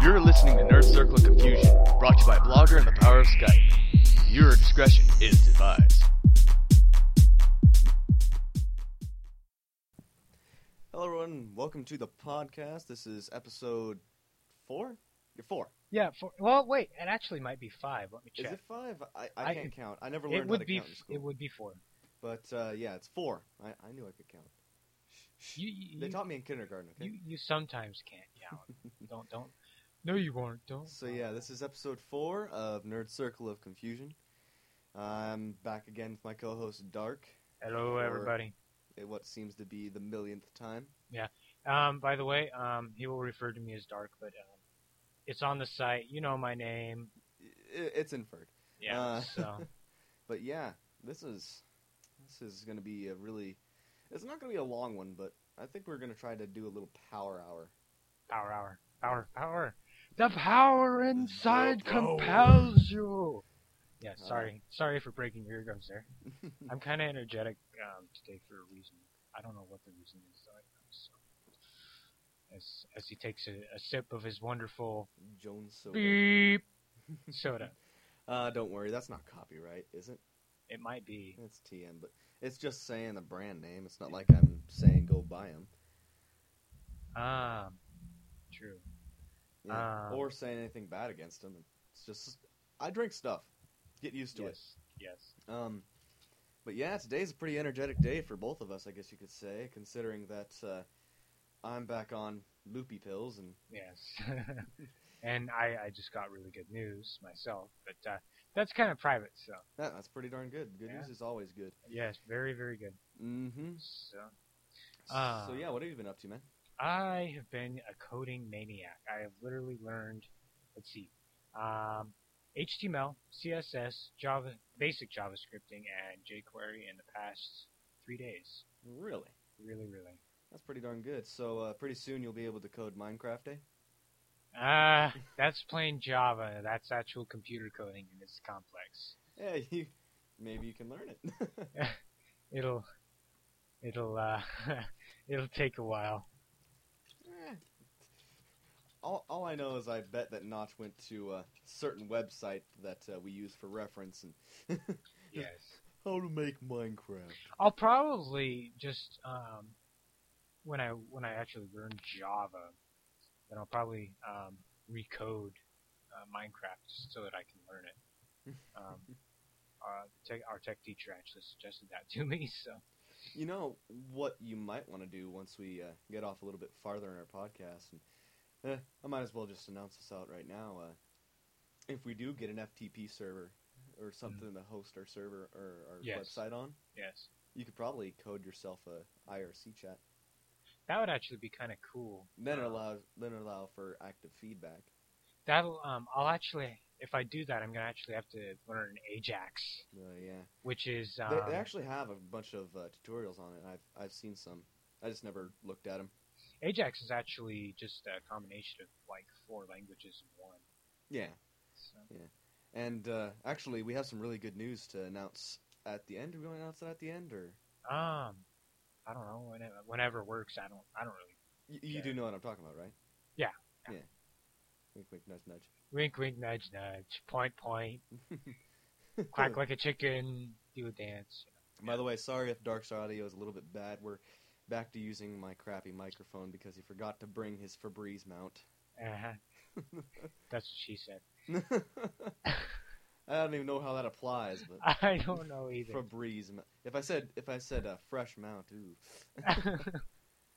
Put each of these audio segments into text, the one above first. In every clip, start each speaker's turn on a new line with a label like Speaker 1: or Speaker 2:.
Speaker 1: You're listening to Nerd Circle of Confusion, brought to you by Blogger and the power of Skype. Your discretion is advised.
Speaker 2: Hello, everyone. Welcome to the podcast. This is episode four. You're four.
Speaker 3: Yeah. For, well, wait. It actually might be five. Let me
Speaker 2: Is
Speaker 3: check.
Speaker 2: it five? I, I,
Speaker 3: I-
Speaker 2: can't count. I never
Speaker 3: It
Speaker 2: learned how
Speaker 3: would
Speaker 2: to
Speaker 3: be.
Speaker 2: count in school.
Speaker 3: It would be four.
Speaker 2: But uh, yeah, it's four. I, I knew I could count. Shh, shh.
Speaker 3: You you,
Speaker 2: they
Speaker 3: you,
Speaker 2: taught me in kindergarten. Okay.
Speaker 3: you, you sometimes can't. Yeah. don't don't. No, you won't. Don't. Uh,
Speaker 2: So yeah, this is episode four of Nerd Circle of Confusion. I'm back again with my co-host Dark.
Speaker 3: Hello,
Speaker 2: Or-
Speaker 3: everybody.
Speaker 2: At what seems to be the millionth time.
Speaker 3: Um, by the way, um, he will refer to me as Dark, but um, it's on the site. You know my name.
Speaker 2: I- it's inferred.
Speaker 3: Yeah.
Speaker 2: Uh,
Speaker 3: so
Speaker 2: But yeah, this is this is going to be a really. It's not going to be a long one, but I think we're going to try to do a little power hour.
Speaker 3: power, hour, power, power. The power inside
Speaker 2: The power.
Speaker 3: compels you. Yeah.
Speaker 2: Uh.
Speaker 3: Sorry. sorry for breaking your eardrums there. I'm kind of energetic um, today for a reason. I don't know what the reason is. So I, so. As as he takes a, a sip of his wonderful
Speaker 2: Jones Soda.
Speaker 3: beep soda,
Speaker 2: Uh, don't worry, that's not copyright, is it?
Speaker 3: it might be.
Speaker 2: It's TM, but it's just saying the brand name. It's not like I'm saying go buy them
Speaker 3: Um, true. Um.
Speaker 2: or saying anything bad against them. It's just I drink stuff. Get used to
Speaker 3: yes. Yes.
Speaker 2: it. Um, but yeah, today's a pretty energetic day for both of us, I guess you could say, considering that uh, I'm back on loopy pills and
Speaker 3: Yes. and I I just got really good news myself, but uh, that's kind of private. So
Speaker 2: Yeah, that's pretty darn good. Good
Speaker 3: Yeah.
Speaker 2: news is always good.
Speaker 3: yes, very very good.
Speaker 2: Mm-hmm.
Speaker 3: So Ah.
Speaker 2: so yeah, what have you been up to, man?
Speaker 3: I have been a coding maniac. I have literally learned, let's see, um, HTML, CSS, Java, basic JavaScripting, and jQuery in the past three days.
Speaker 2: Really,
Speaker 3: Really, really.
Speaker 2: that's pretty darn good. So uh, pretty soon you'll be able to code Minecraft, eh?
Speaker 3: Ah, that's plain Java. That's actual computer coding, and it's complex.
Speaker 2: Yeah, you, maybe you can learn it.
Speaker 3: It'll, it'll, uh, it'll take a while.
Speaker 2: Eh. all, all I know is I bet that Notch went to a certain website that uh, we use for reference and
Speaker 3: Yes.
Speaker 2: how to make Minecraft.
Speaker 3: I'll probably just um, when I when I actually learn Java, then I'll probably um, recode uh, Minecraft just so that I can learn it. Um, our, tech, our tech teacher actually suggested that to me, so
Speaker 2: You know what you might want to do once we uh, get off a little bit farther in our podcast, and eh, I might as well just announce this out right now. Uh, if we do get an FTP server or something to host our server or our
Speaker 3: Yes.
Speaker 2: website on,
Speaker 3: yes,
Speaker 2: you could probably code yourself a IRC chat.
Speaker 3: that would actually be kind of cool.
Speaker 2: Then it
Speaker 3: Um,
Speaker 2: allows then it allow for active feedback.
Speaker 3: that'll um, I'll actually if I do that, I'm gonna actually have to learn Ajax,
Speaker 2: Uh, yeah.
Speaker 3: which is um,
Speaker 2: They, they actually have a bunch of uh, tutorials on it. I've I've seen some. I just never looked at them.
Speaker 3: Ajax is actually just a combination of like four languages in one.
Speaker 2: Yeah,
Speaker 3: So.
Speaker 2: and uh, actually, we have some really good news to announce at the end. Are we going to announce it at the end, or
Speaker 3: Um, I don't know. Whenever, whenever works, I don't. I don't really.
Speaker 2: you, you do know what I'm talking about, right?
Speaker 3: Yeah.
Speaker 2: Yeah. Wink, wink, nudge, nudge.
Speaker 3: Wink, wink, nudge, nudge. Point, point. Quack like a chicken. Do a dance.
Speaker 2: By the way, sorry if Dark's audio is a little bit bad. We're back to using my crappy microphone because he forgot to bring his Febreze mount.
Speaker 3: Uh-huh. That's what she said.
Speaker 2: I don't even know how that applies, but
Speaker 3: I don't know either.
Speaker 2: Febreze. mou- If I said if I said a fresh mount, ooh.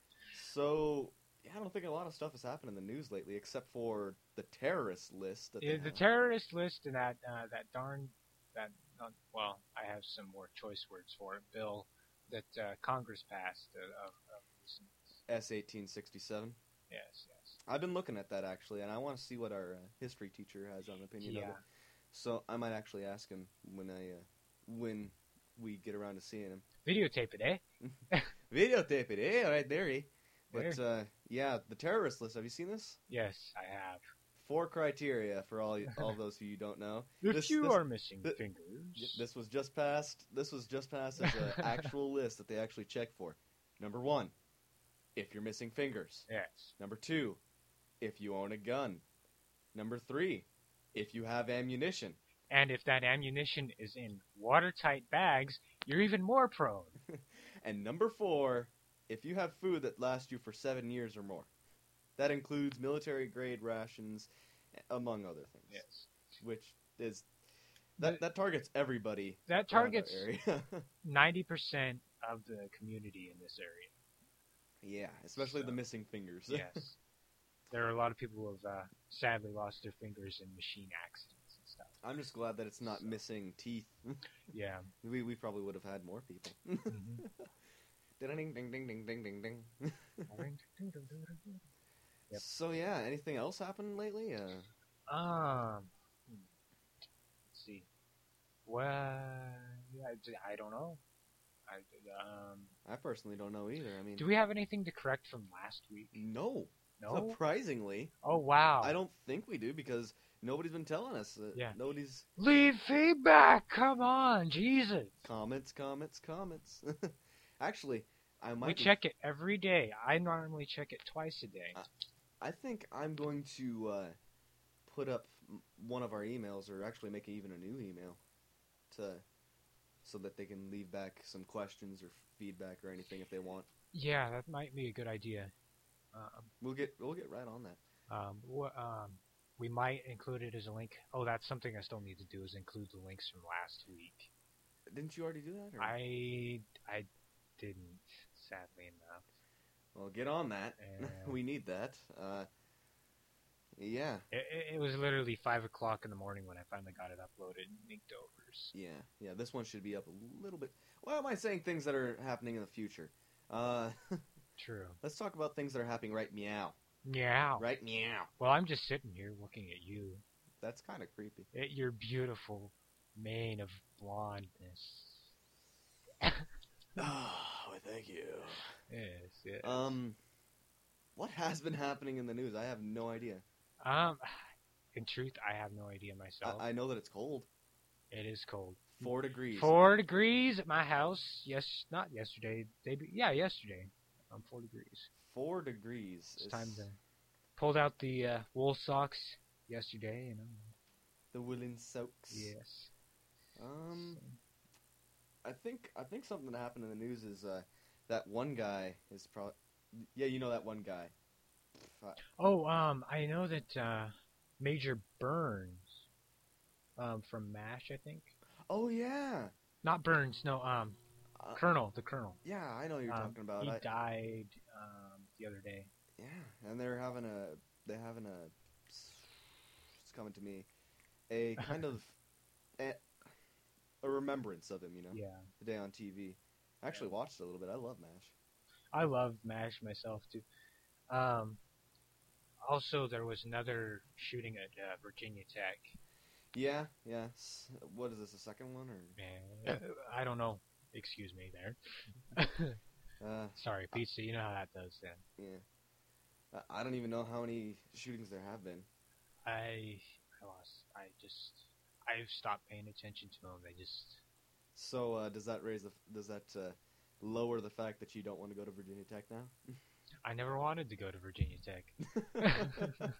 Speaker 2: So yeah, I don't think a lot of stuff has happened in the news lately, except for the terrorist list. That they
Speaker 3: Yeah, the
Speaker 2: have.
Speaker 3: terrorist list and that uh, that darn that not, well, I have some more choice words for it. Bill that uh, Congress passed. Uh, of, of recent.
Speaker 2: S eighteen sixty seven.
Speaker 3: Yes, yes.
Speaker 2: I've been looking at that actually, and I want to see what our uh, history teacher has on opinion of
Speaker 3: Yeah.
Speaker 2: it. So I might actually ask him when I uh, when we get around to seeing him.
Speaker 3: Videotape it, eh?
Speaker 2: Videotape it, eh? Right there, eh? But uh, yeah, the terrorist list. Have you seen this?
Speaker 3: Yes, I have.
Speaker 2: Four criteria for all all those who you don't know.
Speaker 3: If
Speaker 2: This-
Speaker 3: you
Speaker 2: this-
Speaker 3: are missing
Speaker 2: thi-
Speaker 3: fingers,
Speaker 2: Y- This was just passed. This was just passed as an actual list that they actually check for. Number one, if you're missing fingers.
Speaker 3: yes.
Speaker 2: Number two, if you own a gun. Number three, if you have ammunition.
Speaker 3: And if that ammunition is in watertight bags, you're even more prone.
Speaker 2: And number four, if you have food that lasts you for seven years or more. That includes military grade rations, among other things.
Speaker 3: Yes.
Speaker 2: Which is that, that targets everybody.
Speaker 3: That
Speaker 2: around our
Speaker 3: targets
Speaker 2: area.
Speaker 3: ninety percent of the community in this area.
Speaker 2: yeah, especially the
Speaker 3: So-
Speaker 2: missing fingers.
Speaker 3: Yes. there are a lot of people who have uh, sadly lost their fingers in machine accidents and stuff.
Speaker 2: I'm just glad that it's not missing teeth.
Speaker 3: Yeah.
Speaker 2: we we probably would have had more people.
Speaker 3: Mhm.
Speaker 2: ding ding ding ding ding ding ding.
Speaker 3: Yep.
Speaker 2: So yeah, anything else happened lately? Uh,
Speaker 3: um. hmm. Let's see. Well, I, d- I don't know. I, um,
Speaker 2: I personally don't know either. I mean,
Speaker 3: do we have anything to correct from last week?
Speaker 2: no,
Speaker 3: No.
Speaker 2: surprisingly,
Speaker 3: Oh wow.
Speaker 2: I don't think we do because nobody's been telling us. Uh,
Speaker 3: Yeah.
Speaker 2: nobody's
Speaker 3: Leave feedback. Come on, Jesus.
Speaker 2: comments, comments, comments. Actually, I might.
Speaker 3: We
Speaker 2: be-
Speaker 3: check it every day. I normally check it twice a day.
Speaker 2: Uh, I think I'm going to uh, put up m- one of our emails, or actually make even a new email, to so that they can leave back some questions or feedback or anything if they want.
Speaker 3: yeah, that might be a good idea. Um,
Speaker 2: We'll get we'll get right on that.
Speaker 3: um, wha- um, we might include it as a link. Oh, that's something I still need to do is include the links from last week.
Speaker 2: Didn't you already do that? Or?
Speaker 3: I I didn't, sadly enough.
Speaker 2: Well, get on that.
Speaker 3: Yeah.
Speaker 2: we need that. Uh, yeah,
Speaker 3: It, it, it was literally five o'clock in the morning when I finally got it uploaded and linked over. s-
Speaker 2: yeah, yeah. This one should be up a little bit. Why am I saying things that are happening in the future? Uh,
Speaker 3: True.
Speaker 2: let's talk about things that are happening right meow.
Speaker 3: Meow.
Speaker 2: Right meow.
Speaker 3: Well, I'm just sitting here looking at you,
Speaker 2: That's kind of creepy.
Speaker 3: at your beautiful mane of blondness.
Speaker 2: Oh, thank you.
Speaker 3: Yes. yes.
Speaker 2: Um, what has been happening in the news? I have no idea.
Speaker 3: Um, in truth, I have no idea myself.
Speaker 2: I, I know that it's cold,
Speaker 3: it is cold.
Speaker 2: four degrees.
Speaker 3: Four degrees at my house. Yes, not yesterday. Day, be- yeah, yesterday. Um, four degrees.
Speaker 2: Four degrees.
Speaker 3: It's
Speaker 2: is-
Speaker 3: time to pulled out the uh, wool socks yesterday. You know.
Speaker 2: the woolen soaks.
Speaker 3: Yes.
Speaker 2: Um, I think I think something that happened in the news is uh, that one guy is probably. Yeah, you know that one guy. Fuck.
Speaker 3: oh, um, I know that uh, Major Burns, um, from Mash, I think.
Speaker 2: Oh yeah,
Speaker 3: Not Burns. No. Um,
Speaker 2: Uh,
Speaker 3: Colonel. The Colonel.
Speaker 2: yeah. I know who you're
Speaker 3: Um,
Speaker 2: talking about.
Speaker 3: He
Speaker 2: I,
Speaker 3: died um, the other day.
Speaker 2: yeah, and they're having a they're having a. It's coming to me, a kind of, a, a remembrance of him. You know,
Speaker 3: Yeah.
Speaker 2: today on TV. I actually watched it a little bit. I love Mash.
Speaker 3: I love MASH myself too. Um, also, there was another shooting at uh, Virginia Tech.
Speaker 2: Yeah, yeah. S- What is this? The second one or?
Speaker 3: Uh, I don't know. Excuse me there.
Speaker 2: Uh,
Speaker 3: Sorry, pizza. You know how that does. Then
Speaker 2: yeah. I- I don't even know how many shootings there have been.
Speaker 3: I, I lost. I just, I've stopped paying attention to them. They just,
Speaker 2: So uh, does that raise the? Does that uh, lower the fact that you don't want to go to Virginia Tech
Speaker 3: I never wanted to go to Virginia Tech.
Speaker 2: now?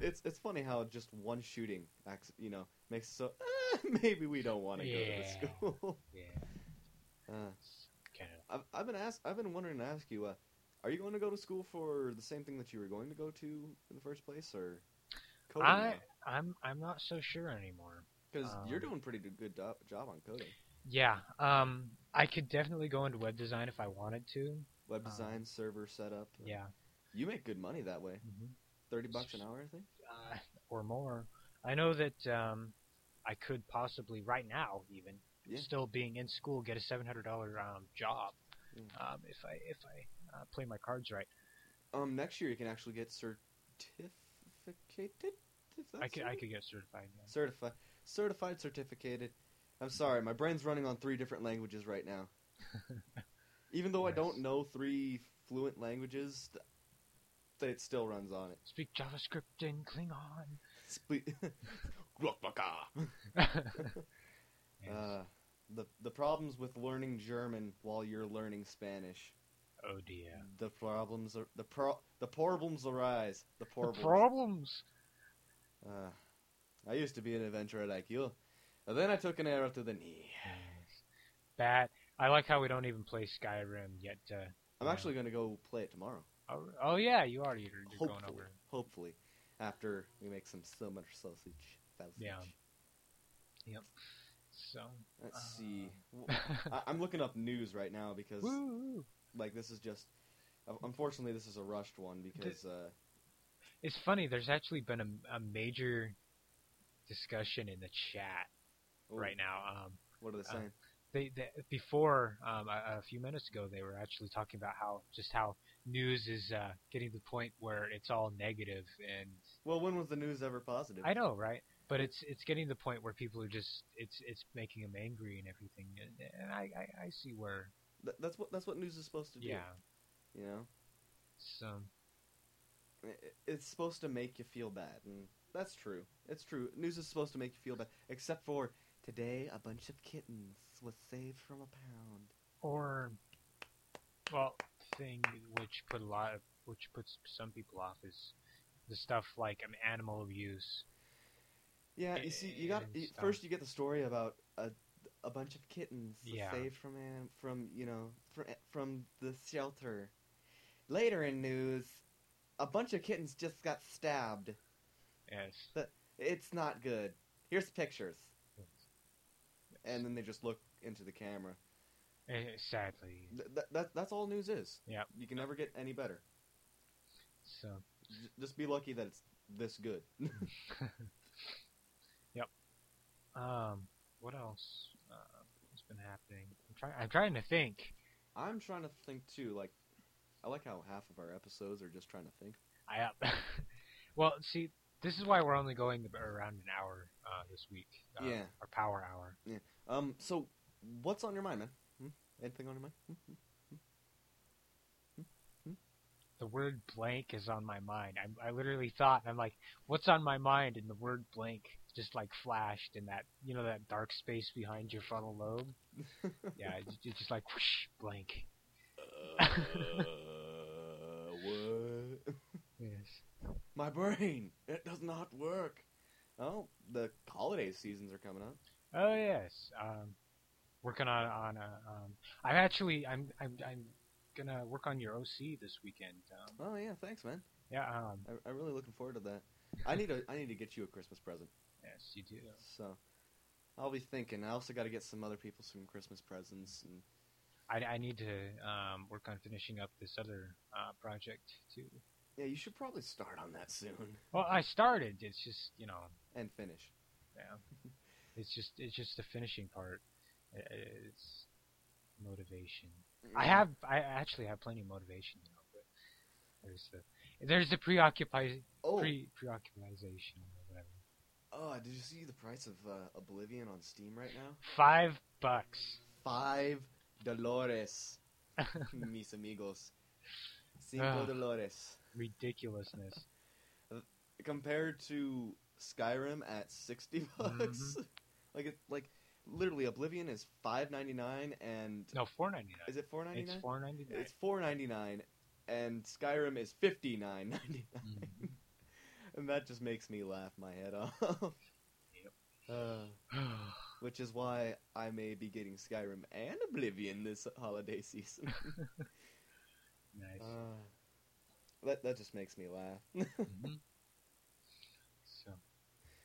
Speaker 2: it's it's funny how just one shooting, acc- you know, makes it so "Ah, maybe we don't want to go to
Speaker 3: Yeah.
Speaker 2: the school.
Speaker 3: Yeah,
Speaker 2: uh,
Speaker 3: it's kind of.
Speaker 2: I've I've been asked. I've been wondering to ask you. Uh, are you going to go to school for the same thing that you were going to go to in the first place, or coding?
Speaker 3: I, I'm, I'm not so sure anymore.
Speaker 2: Because you're
Speaker 3: um,
Speaker 2: doing pretty d- good do- job on coding,
Speaker 3: Yeah. Um, I could definitely go into web design if I wanted to.
Speaker 2: web
Speaker 3: um,
Speaker 2: design, server setup. uh,
Speaker 3: Yeah.
Speaker 2: You make good money that way.
Speaker 3: hmm
Speaker 2: Thirty bucks an hour, I think.
Speaker 3: uh, or more. I know that um, I could possibly right now, even
Speaker 2: Yeah.
Speaker 3: still being in school, get a seven hundred dollar um, job
Speaker 2: Mm.
Speaker 3: um, if I if I uh, play my cards right.
Speaker 2: Um, next year you can actually get certificated. If that's
Speaker 3: I could
Speaker 2: the
Speaker 3: I
Speaker 2: word.
Speaker 3: could get certified. Yeah.
Speaker 2: certified, certified, certificated. I'm sorry, my brain's running on three different languages right now. Even though I don't
Speaker 3: Nice.
Speaker 2: know three fluent languages, th- that it still runs on it.
Speaker 3: Speak JavaScript and Klingon.
Speaker 2: Spe- Glockbaka.
Speaker 3: Yes.
Speaker 2: uh, the the problems with learning German while you're learning Spanish.
Speaker 3: oh dear.
Speaker 2: The problems are the pro the problems arise. The
Speaker 3: The
Speaker 2: problems.
Speaker 3: problems.
Speaker 2: Uh, I used to be an adventurer at IQ, and then I took an arrow to the knee.
Speaker 3: Bat. I like how we don't even play Skyrim yet. Uh,
Speaker 2: I'm
Speaker 3: Yeah.
Speaker 2: actually going to go play it tomorrow.
Speaker 3: oh, oh yeah, you already are you're going
Speaker 2: Hopefully,
Speaker 3: over.
Speaker 2: hopefully, after we make some so much sausage. sausage.
Speaker 3: Yeah. So.
Speaker 2: Let's
Speaker 3: Uh.
Speaker 2: see. W- I, am looking up news right now because
Speaker 3: Woo!
Speaker 2: like this is just. uh, Unfortunately, this is a rushed one because uh,
Speaker 3: It's funny. There's actually been a, a major discussion in the chat
Speaker 2: oh,
Speaker 3: right now. Um,
Speaker 2: What are they
Speaker 3: uh,
Speaker 2: saying?
Speaker 3: they, they before um, a, a few minutes ago they were actually talking about how just how news is uh, getting to the point where it's all negative and
Speaker 2: well, when was the news ever positive?
Speaker 3: I know right but it's it's getting to the point where people are just it's it's making them angry and everything and, and I, I I see where
Speaker 2: Th- that's what that's what news is supposed to do.
Speaker 3: yeah
Speaker 2: You know,
Speaker 3: so
Speaker 2: I- i- it's supposed to make you feel bad, and that's true. It's true. News is supposed to make you feel bad, except for today, a bunch of kittens was saved from a pound.
Speaker 3: or well thing which put a lot of which puts some people off is the stuff like um, animal abuse
Speaker 2: Yeah, you see, you got
Speaker 3: And
Speaker 2: you,
Speaker 3: stuff.
Speaker 2: first you get the story about a a bunch of kittens was
Speaker 3: Yeah.
Speaker 2: saved from an, from you know from from the shelter. Later in news, a bunch of kittens just got stabbed.
Speaker 3: yes
Speaker 2: It's not good. Here's pictures, and then they just look into the camera.
Speaker 3: Eh, sadly
Speaker 2: Th- th- that, that's all news is.
Speaker 3: Yeah.
Speaker 2: You can never get any better.
Speaker 3: so
Speaker 2: J- just be lucky that it's this good.
Speaker 3: Um, what else? Uh, what's been happening? I'm trying. I'm trying to think.
Speaker 2: I'm trying to think too. Like, I like how half of our episodes are just trying to think.
Speaker 3: I uh, well, see, this is why we're only going ab- around an hour uh, this week. Uh,
Speaker 2: Yeah.
Speaker 3: Our power hour.
Speaker 2: Um. So, what's on your mind, man? Hmm? Anything on your mind? Hmm?
Speaker 3: The word blank is on my mind. I, I literally thought I'm like, what's on my mind? And the word blank just like flashed in that you know that dark space behind your frontal lobe. yeah, it, it's just like whoosh, blank.
Speaker 2: Uh, what?
Speaker 3: Yes.
Speaker 2: My brain. It does not work. Oh, the holiday seasons are coming up.
Speaker 3: Oh yes, um, working on on a. Um, I'm actually I'm I'm I'm gonna work on your OC this weekend. Um,
Speaker 2: Oh yeah, thanks, man.
Speaker 3: yeah, um,
Speaker 2: I, I'm really looking forward to that. I need a I need to get you a Christmas present.
Speaker 3: yes, you do.
Speaker 2: So I'll be thinking. I also got to get some other people some Christmas presents. And
Speaker 3: I, I need to um, work on finishing up this other uh, project too.
Speaker 2: yeah, you should probably start on that soon
Speaker 3: Well, I started. It's just you know,
Speaker 2: and finish.
Speaker 3: yeah. it's just it's just the finishing part. I- I- It's motivation. I have I actually have plenty of motivation, you know, but there's the there's the preoccupy
Speaker 2: Oh,
Speaker 3: pre preoccupation or whatever.
Speaker 2: oh! Did you see the price of uh, Oblivion on Steam right now?
Speaker 3: Five bucks.
Speaker 2: Five dolores, mis amigos. Cinco
Speaker 3: Ah.
Speaker 2: dolores.
Speaker 3: Ridiculousness.
Speaker 2: Compared to Skyrim at sixty
Speaker 3: Mm-hmm.
Speaker 2: bucks, like it, like literally Oblivion is five ninety nine, and
Speaker 3: No, four ninety nine.
Speaker 2: is it four ninety
Speaker 3: It's
Speaker 2: nine?
Speaker 3: four ninety nine.
Speaker 2: It's four ninety nine, and Skyrim is fifty nine ninety nine, and that just makes me laugh my head off.
Speaker 3: Yep.
Speaker 2: Uh,
Speaker 3: Mm-hmm.
Speaker 2: which is why I may be getting Skyrim and Oblivion this holiday season.
Speaker 3: nice.
Speaker 2: Uh, that that just makes me laugh.
Speaker 3: Mhm. So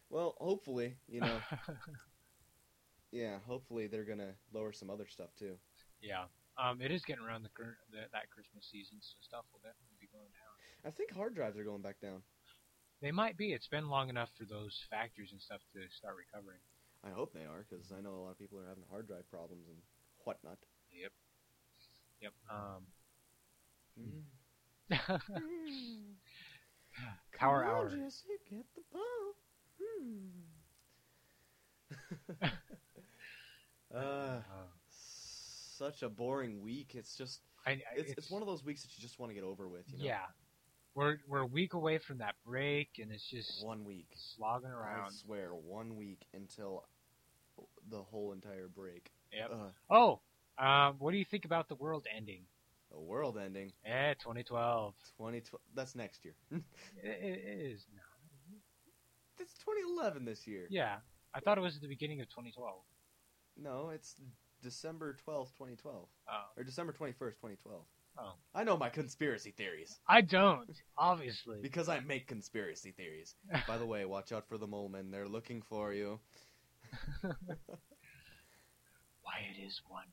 Speaker 2: well, hopefully, you know, yeah, hopefully they're gonna lower some other stuff too.
Speaker 3: yeah, um, it is getting around the, cur- the that Christmas season, so stuff will definitely be going down.
Speaker 2: I think hard drives are going back down.
Speaker 3: They might be. It's been long enough for those factories and stuff to start recovering.
Speaker 2: I hope they are because I know a lot of people are having hard drive problems and whatnot.
Speaker 3: Yep. Yep. Um,
Speaker 2: Mm.
Speaker 3: Power hour.
Speaker 2: Jesse, get the ball. Hmm. uh,
Speaker 3: uh,
Speaker 2: such a boring week. It's just
Speaker 3: I, I,
Speaker 2: it's, it's one of those weeks that you just want to get over with. You know,
Speaker 3: yeah. We're we're a week away from that break, and it's just
Speaker 2: one week.
Speaker 3: slogging around.
Speaker 2: I swear, one week until the whole entire break.
Speaker 3: Yep.
Speaker 2: Ugh,
Speaker 3: Oh, um, what do you think about the world ending?
Speaker 2: the world ending.
Speaker 3: Eh, 2012.
Speaker 2: 2012. That's next year.
Speaker 3: It, it is not.
Speaker 2: it's 2011 this year.
Speaker 3: Yeah, I thought it was at the beginning of 2012.
Speaker 2: No, it's December 12th, 2012,
Speaker 3: Oh,
Speaker 2: or December 21st, 2012.
Speaker 3: Oh.
Speaker 2: I know my conspiracy theories
Speaker 3: I don't, obviously.
Speaker 2: because I make conspiracy theories. By the way, watch out for the mole men. They're looking for you.
Speaker 3: Why it is one.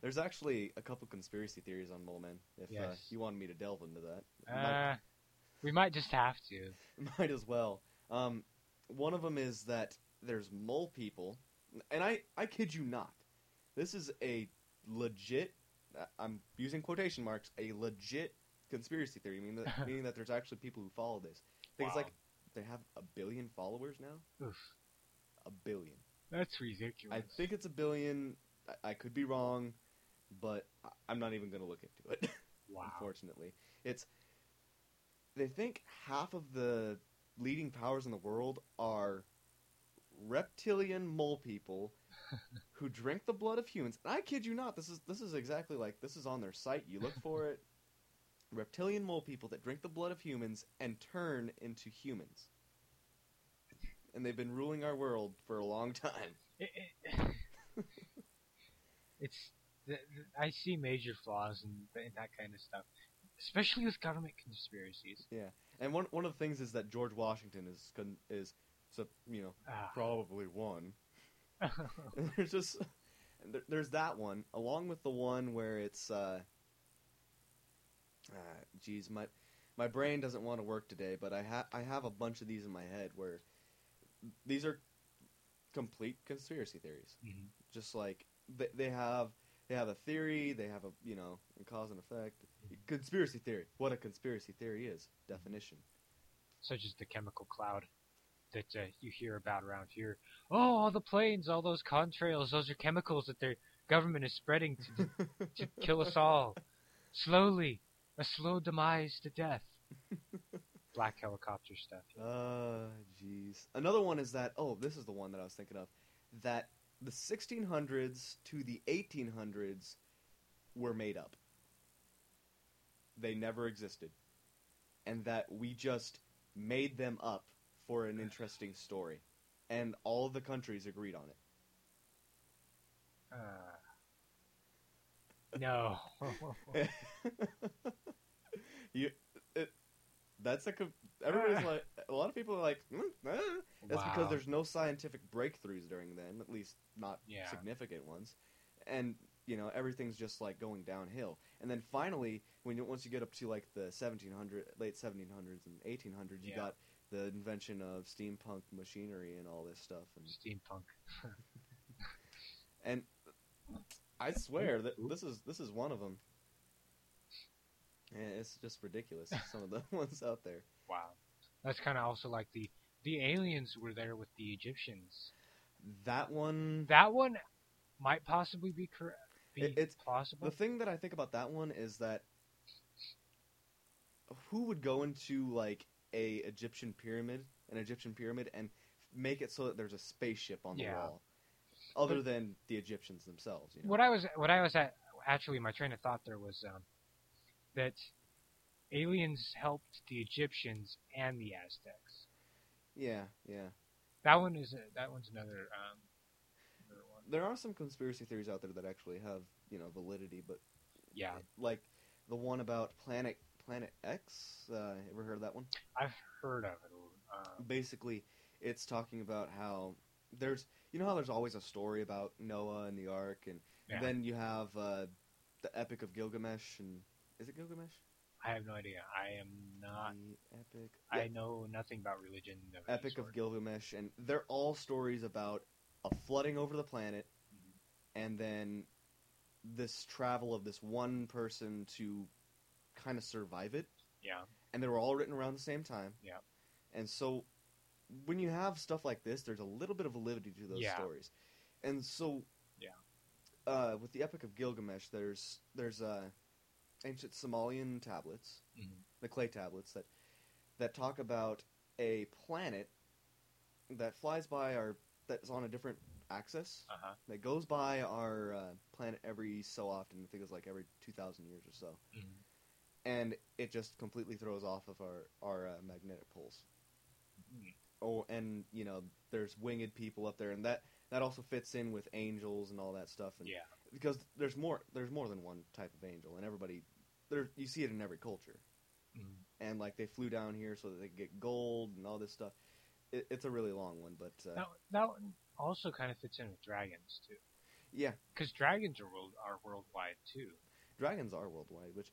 Speaker 2: There's actually a couple conspiracy theories on mole men. If uh,
Speaker 3: Yes.
Speaker 2: you wanted me to delve into that, might,
Speaker 3: Uh, we might just have to.
Speaker 2: might as well. Um, one of them is that there's mole people, and I I kid you not, this is a legit. I- I'm using quotation marks. A legit conspiracy theory, meaning that, meaning that there's actually people who follow this. I think
Speaker 3: Wow.
Speaker 2: it's like they have a billion followers now.
Speaker 3: Oof,
Speaker 2: A billion.
Speaker 3: that's ridiculous.
Speaker 2: I think it's a billion. I, I could be wrong, but I, I'm not even going to look into it.
Speaker 3: Wow.
Speaker 2: Unfortunately, it's they think half of the leading powers in the world are reptilian mole people who drink the blood of humans. And I kid you not, this is this is exactly like this is on their site. You look for it. Reptilian mole people that drink the blood of humans and turn into humans. And they've been ruling our world for a long time.
Speaker 3: It- it- it's th- th- I see major flaws in, in that kind of stuff, especially with government conspiracies.
Speaker 2: And one one of the things is that George Washington is con- is so you know
Speaker 3: Ah.
Speaker 2: probably one. And there's just and there, there's that one along with the one where it's uh, uh geez my my brain doesn't want to work today, but I ha- I have a bunch of these in my head where these are complete conspiracy theories.
Speaker 3: Mhm.
Speaker 2: Just like they, they have they have a theory, they have a you know a cause and effect conspiracy theory. What a conspiracy theory is definition.
Speaker 3: Such as the chemical cloud that uh, you hear about around here. Oh, all the planes, all those contrails, those are chemicals that their government is spreading to, to kill us all. Slowly, a slow demise to death. Black helicopter stuff.
Speaker 2: Uh, jeez. Another one is that. Oh, this is the one that I was thinking of. That the 1600s to the 1800s were made up. They never existed, and that we just made them up for an interesting story, and all the countries agreed on it.
Speaker 3: Uh, no.
Speaker 2: you, it, that's a. com- Everybody's like, a lot of people are like, mm, ah." That's because
Speaker 3: Wow.
Speaker 2: there's no scientific breakthroughs during then, at least not
Speaker 3: Yeah.
Speaker 2: significant ones. And you know everything's just like going downhill. And then finally, when you, once you get up to like the 1700, late 1700s and 1800s, you
Speaker 3: Yeah.
Speaker 2: got the invention of steampunk machinery and all this stuff. And
Speaker 3: steampunk.
Speaker 2: and I swear that this is this is one of them. Yeah, it's just ridiculous. Some of the ones out there.
Speaker 3: Wow, that's kind of also like the the aliens were there with the Egyptians.
Speaker 2: That one
Speaker 3: That one might possibly be correct. Be
Speaker 2: It- it's-
Speaker 3: possible.
Speaker 2: The thing that I think about that one is that who would go into like a Egyptian pyramid, an Egyptian pyramid, and make it so that there's a spaceship on the
Speaker 3: Yeah.
Speaker 2: wall, other than the Egyptians themselves. You know?
Speaker 3: what I was what I was at actually my train of thought there was um, that aliens helped the Egyptians and the Aztecs.
Speaker 2: Yeah, yeah.
Speaker 3: That one is a, that one's another um, another one.
Speaker 2: There are some conspiracy theories out there that actually have you know validity, but
Speaker 3: Yeah,
Speaker 2: like the one about planet Planet X. Uh, ever heard of that one?
Speaker 3: I've heard of it. Um,
Speaker 2: basically it's talking about how there's you know how there's always a story about Noah and the ark and
Speaker 3: Yeah.
Speaker 2: then you have uh, the epic of Gilgamesh and is it Gilgamesh?
Speaker 3: I have no idea. I am not.
Speaker 2: the epic
Speaker 3: Uh, I know nothing about religion. Of
Speaker 2: yeah,
Speaker 3: any
Speaker 2: epic of
Speaker 3: sort.
Speaker 2: Gilgamesh and they're all stories about a flooding over the planet
Speaker 3: Mhm.
Speaker 2: and then this travel of this one person to kind of survive it
Speaker 3: Yeah.
Speaker 2: and they were all written around the same time.
Speaker 3: Yeah.
Speaker 2: And so when you have stuff like this, there's a little bit of validity to those
Speaker 3: Yeah.
Speaker 2: stories. And so
Speaker 3: Yeah.
Speaker 2: Uh, with the Epic of Gilgamesh, there's there's uh, ancient Somalian tablets,
Speaker 3: Mhm.
Speaker 2: the clay tablets that that talk about a planet that flies by our that's on a different axis
Speaker 3: Uh huh.
Speaker 2: that goes by our uh, planet every so often. I think it's like every two thousand years or so
Speaker 3: Mhm.
Speaker 2: and it just completely throws off of our our uh, magnetic poles.
Speaker 3: Hmm.
Speaker 2: oh, and you know, there's winged people up there, and that that also fits in with angels and all that stuff. And
Speaker 3: Yeah.
Speaker 2: because there's more there's more than one type of angel, and everybody there you see it in every culture.
Speaker 3: Mm.
Speaker 2: And like they flew down here so that they could get gold and all this stuff. It, it's a really long one, but uh,
Speaker 3: That, that one also kind of fits in with dragons too,
Speaker 2: yeah,
Speaker 3: because dragons are world are worldwide too.
Speaker 2: dragons are worldwide, which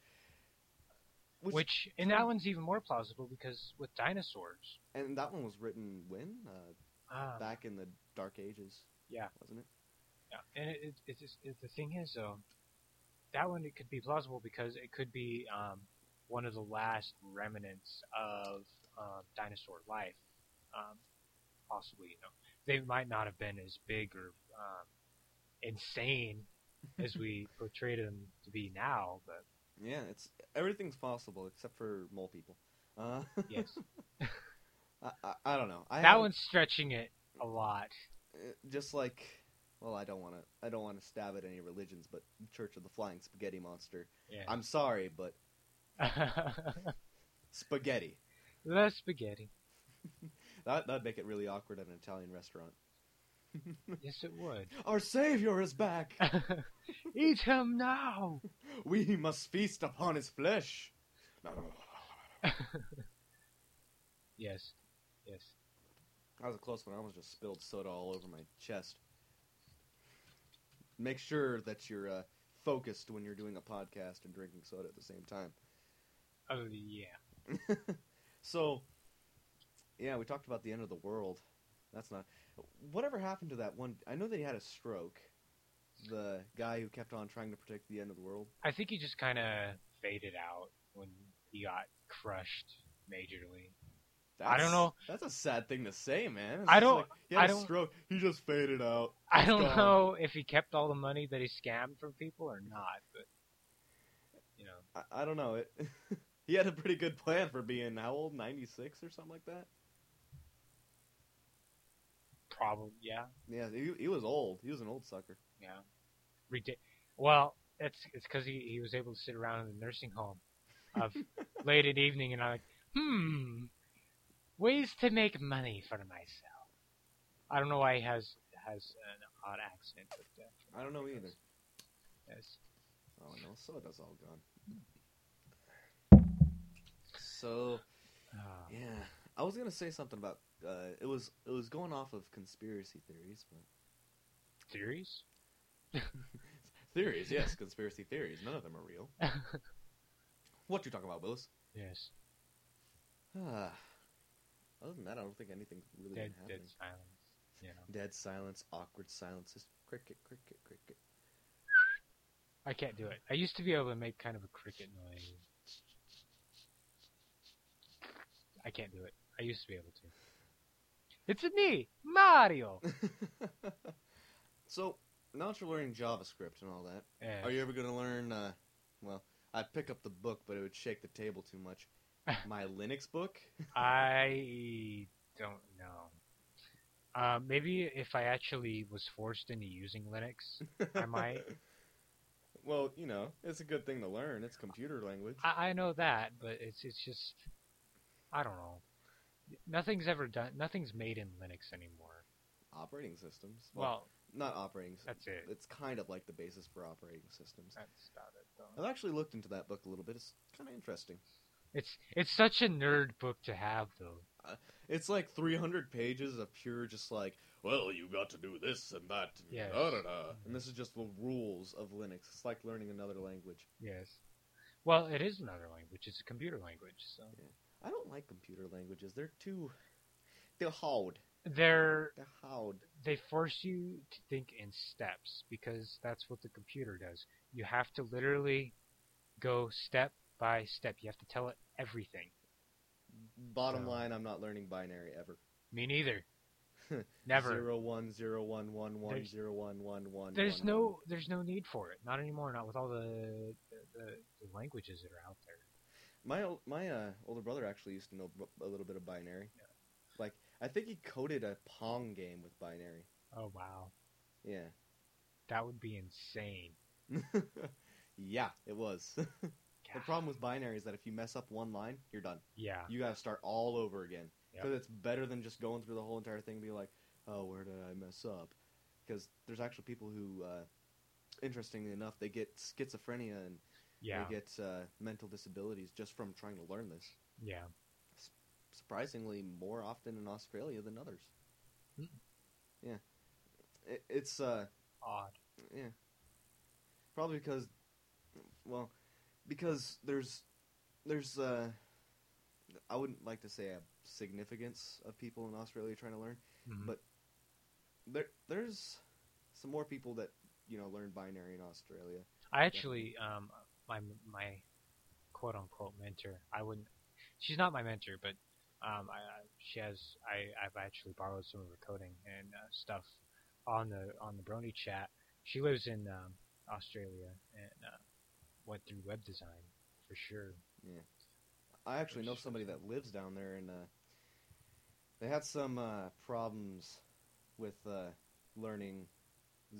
Speaker 3: Which, and that one's even more plausible because with dinosaurs,
Speaker 2: and that one was written when uh,
Speaker 3: um,
Speaker 2: back in the Dark Ages.
Speaker 3: Yeah.
Speaker 2: wasn't it?
Speaker 3: yeah, and it, it, it's just- it, the thing is though, that one it could be plausible because it could be um, one of the last remnants of um, dinosaur life, um, possibly. You know, they might not have been as big or um, insane as we portray them to be now, but
Speaker 2: Yeah, it's everything's possible except for mole people. Uh,
Speaker 3: yes.
Speaker 2: I, I, I don't know. I
Speaker 3: that
Speaker 2: haven't-
Speaker 3: one's stretching it a lot.
Speaker 2: uh, just like well, I don't want to. I don't want to stab at any religions, but the Church of the Flying Spaghetti Monster.
Speaker 3: Yeah.
Speaker 2: I'm sorry, but spaghetti.
Speaker 3: the spaghetti.
Speaker 2: That that'd make it really awkward at an Italian restaurant.
Speaker 3: Yes, it would.
Speaker 2: Our Savior is back.
Speaker 3: Eat him now.
Speaker 2: we must feast upon his flesh.
Speaker 3: Yes. Yes.
Speaker 2: That was a close one. I almost just spilled soda all over my chest. Make sure that you're uh, focused when you're doing a podcast and drinking soda at the same time.
Speaker 3: Oh yeah.
Speaker 2: So, yeah, we talked about the end of the world. That's not. Whatever happened to that one? I know that he had a stroke. The guy who kept on trying to predict the end of the world.
Speaker 3: I think he just kind of faded out when he got crushed majorly. I don't know.
Speaker 2: That's a sad thing to say, man. It's
Speaker 3: I
Speaker 2: just
Speaker 3: don't-
Speaker 2: like, he had
Speaker 3: I
Speaker 2: a
Speaker 3: don't-
Speaker 2: stroke. He just faded out.
Speaker 3: I don't
Speaker 2: Gone.
Speaker 3: know if he kept all the money that he scammed from people or not, but you know,
Speaker 2: I, I don't know. It, he had a pretty good plan for being how old? Ninety six or something like that.
Speaker 3: probably yeah,
Speaker 2: Yeah, he, he was old. He was an old sucker.
Speaker 3: yeah. Ridic- well, it's it's because he he was able to sit around in the nursing home of late at evening, and I'm like, hmm, ways to make money for myself. I don't know why he has has an odd accent, but uh,
Speaker 2: I don't know either.
Speaker 3: Yes.
Speaker 2: Oh no, soda's all gone. So
Speaker 3: Ah.
Speaker 2: yeah, I was gonna say something about uh, it was it was going off of conspiracy theories, but
Speaker 3: theories?
Speaker 2: theories, yes, conspiracy theories. None of them are real. what you talking about, Willis?
Speaker 3: Yes.
Speaker 2: Ah. Other than that, I don't think anything's really
Speaker 3: Dead,
Speaker 2: been happening.
Speaker 3: dead silence. You know,
Speaker 2: Dead silence, awkward silences, cricket, cricket, cricket.
Speaker 3: I can't do it. I used to be able to make kind of a cricket noise. I can't do it. I used to be able to. It's me, Mario.
Speaker 2: so now that you're learning JavaScript and all that,
Speaker 3: Yes.
Speaker 2: are you ever going to learn? Uh, well, I'd pick up the book, but it would shake the table too much. My Linux book.
Speaker 3: I don't know. Um, maybe if I actually was forced into using Linux, I might.
Speaker 2: Well, you know, it's a good thing to learn. It's computer language.
Speaker 3: I, I know that, but it's it's just I don't know. Nothing's ever done. Nothing's made in Linux anymore.
Speaker 2: operating systems.
Speaker 3: Well,
Speaker 2: not operating. systems.
Speaker 3: that's it.
Speaker 2: It's kind of like the basis for operating systems.
Speaker 3: That's about it, though.
Speaker 2: I've actually looked into that book a little bit. It's kind of interesting.
Speaker 3: It's it's such a nerd book to have, though.
Speaker 2: It's like 300 pages of pure, just like, well, you got to do this and that. And,
Speaker 3: Yes.
Speaker 2: da, da,
Speaker 3: Uh,
Speaker 2: da. and this is just the rules of Linux. It's like learning another language.
Speaker 3: Yes. Well, it is another language. It's a computer language, so
Speaker 2: I don't like computer languages. They're too. They're hard.
Speaker 3: they're
Speaker 2: They're hard.
Speaker 3: they force you to think in steps because that's what the computer does. You have to literally go step by step. You have to tell it everything.
Speaker 2: Bottom
Speaker 3: Yeah.
Speaker 2: line, I'm not learning binary ever.
Speaker 3: Me neither. Never.
Speaker 2: Zero one zero one one one
Speaker 3: There's-
Speaker 2: zero one one one.
Speaker 3: There's
Speaker 2: one, one.
Speaker 3: no there's no need for it. Not anymore. Not with all the the, the, the languages that are out there.
Speaker 2: My ol- my uh, older brother actually used to know b- a little bit of binary. Like I think he coded a Pong game with binary.
Speaker 3: Oh wow,
Speaker 2: Yeah.
Speaker 3: that would be insane.
Speaker 2: yeah, it was.
Speaker 3: Yeah.
Speaker 2: The problem with binary is that if you mess up one line, you're done.
Speaker 3: Yeah.
Speaker 2: You gotta start all over again.
Speaker 3: Yeah.
Speaker 2: Because it's better than just going through the whole entire thing and be like, oh, where did I mess up? Because there's actually people who, uh, interestingly enough, they get schizophrenia and
Speaker 3: Yeah.
Speaker 2: they get uh, mental disabilities just from trying to learn this.
Speaker 3: Yeah.
Speaker 2: Surprisingly, more often in Australia than others.
Speaker 3: Hmm.
Speaker 2: Yeah, it, it's uh,
Speaker 3: Odd.
Speaker 2: yeah. Probably because, well, because there's, there's, uh, I wouldn't like to say a significance of people in Australia trying to learn.
Speaker 3: Mhm.
Speaker 2: But- There, there's some more people that you know learn binary in Australia.
Speaker 3: I actually, um, my my quote unquote mentor. I wouldn't. She's not my mentor, but um, I, I- she has. I I've actually borrowed some of her coding and uh, stuff on the on the Brony chat. She lives in um, Australia and uh, went through web design for sure.
Speaker 2: I actually know somebody that lives down there, and uh, they had some uh, problems with uh, learning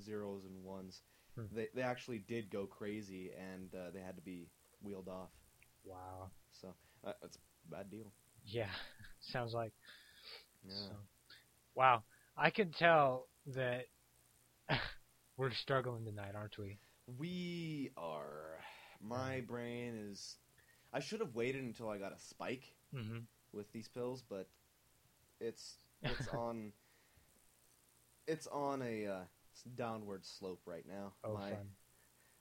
Speaker 2: zeros and ones.
Speaker 3: Hmm.
Speaker 2: They they actually did go crazy, and uh, they had to be wheeled off.
Speaker 3: Wow.
Speaker 2: So uh, that's a bad deal.
Speaker 3: Yeah. Sounds like.
Speaker 2: Yeah.
Speaker 3: So, wow. I can tell that we're struggling tonight, aren't we?
Speaker 2: We are. My brain is. I should have waited until I got a spike
Speaker 3: Mm-hmm.
Speaker 2: with these pills, but it's it's on. It's on a uh, downward slope right now.
Speaker 3: Oh,
Speaker 2: My-
Speaker 3: fun.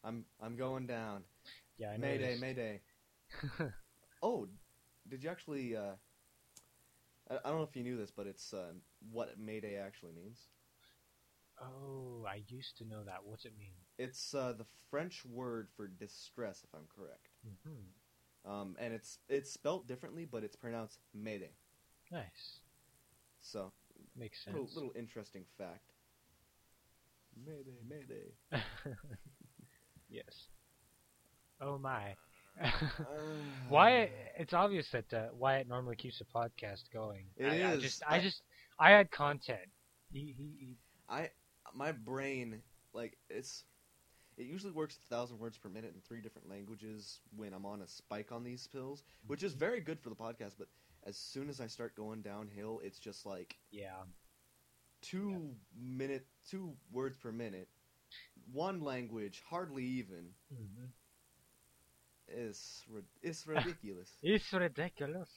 Speaker 2: I'm I'm going down.
Speaker 3: Yeah. I
Speaker 2: mayday,
Speaker 3: noticed.
Speaker 2: mayday. Oh, did you actually? Uh, I, I don't know if you knew this, but it's uh, what mayday actually means.
Speaker 3: Oh, I used to know that. What's it mean?
Speaker 2: It's uh, the French word for distress, if I'm correct.
Speaker 3: hmm
Speaker 2: Um, and it's it's spelt differently, but it's pronounced mayday.
Speaker 3: Nice.
Speaker 2: So,
Speaker 3: Makes sense.
Speaker 2: little, little interesting fact. Mayday, mayday.
Speaker 3: yes. Oh my.
Speaker 2: Ah.
Speaker 3: Wyatt, it's obvious that uh, Wyatt normally keeps the podcast going.
Speaker 2: It
Speaker 3: I, I
Speaker 2: is.
Speaker 3: just, I
Speaker 2: I-
Speaker 3: just, I had content. He, he, he
Speaker 2: I my brain like it's it usually works a thousand words per minute in three different languages when I'm on a spike on these pills, which is very good for the podcast. But as soon as I start going downhill, it's just like
Speaker 3: yeah,
Speaker 2: two minute, two words per minute, one language, hardly even.
Speaker 3: hmm
Speaker 2: It's rid- it's ridiculous.
Speaker 3: it's ridiculous.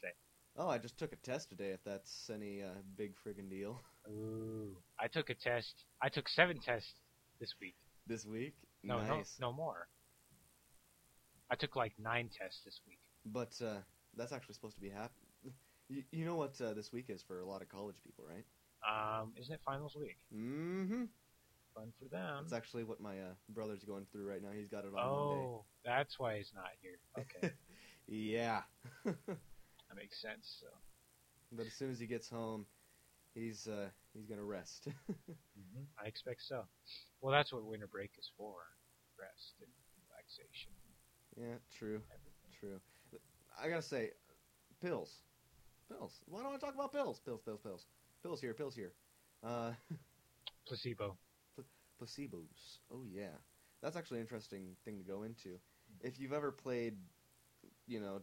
Speaker 2: oh, I just took a test today. If that's any uh, big friggin' deal
Speaker 3: Ooh, I took a test. I took seven tests this week.
Speaker 2: this week,
Speaker 3: No,
Speaker 2: nice.
Speaker 3: no, no more. I took like nine tests this week.
Speaker 2: But uh, that's actually supposed to be hap You, you know what uh, this week is for a lot of college people, right?
Speaker 3: Um, isn't it finals week? Um.
Speaker 2: Mm-hmm.
Speaker 3: Fun for them.
Speaker 2: That's actually what my uh, brother's going through right now. He's got it on Monday.
Speaker 3: Oh, that's why he's not here. Okay,
Speaker 2: Yeah.
Speaker 3: that makes sense. So.
Speaker 2: but as soon as he gets home, he's uh, he's gonna rest. Mm-hmm.
Speaker 3: hmm I expect so. Well, that's what winter break is for: rest and relaxation.
Speaker 2: yeah, true,
Speaker 3: and everything.
Speaker 2: true. I gotta say, pills, pills. Why don't I talk about pills? Pills, pills, pills, pills here, pills here. Uh,
Speaker 3: Placebo.
Speaker 2: placebos. Oh yeah, that's actually an interesting thing to go into. If you've ever played, you know,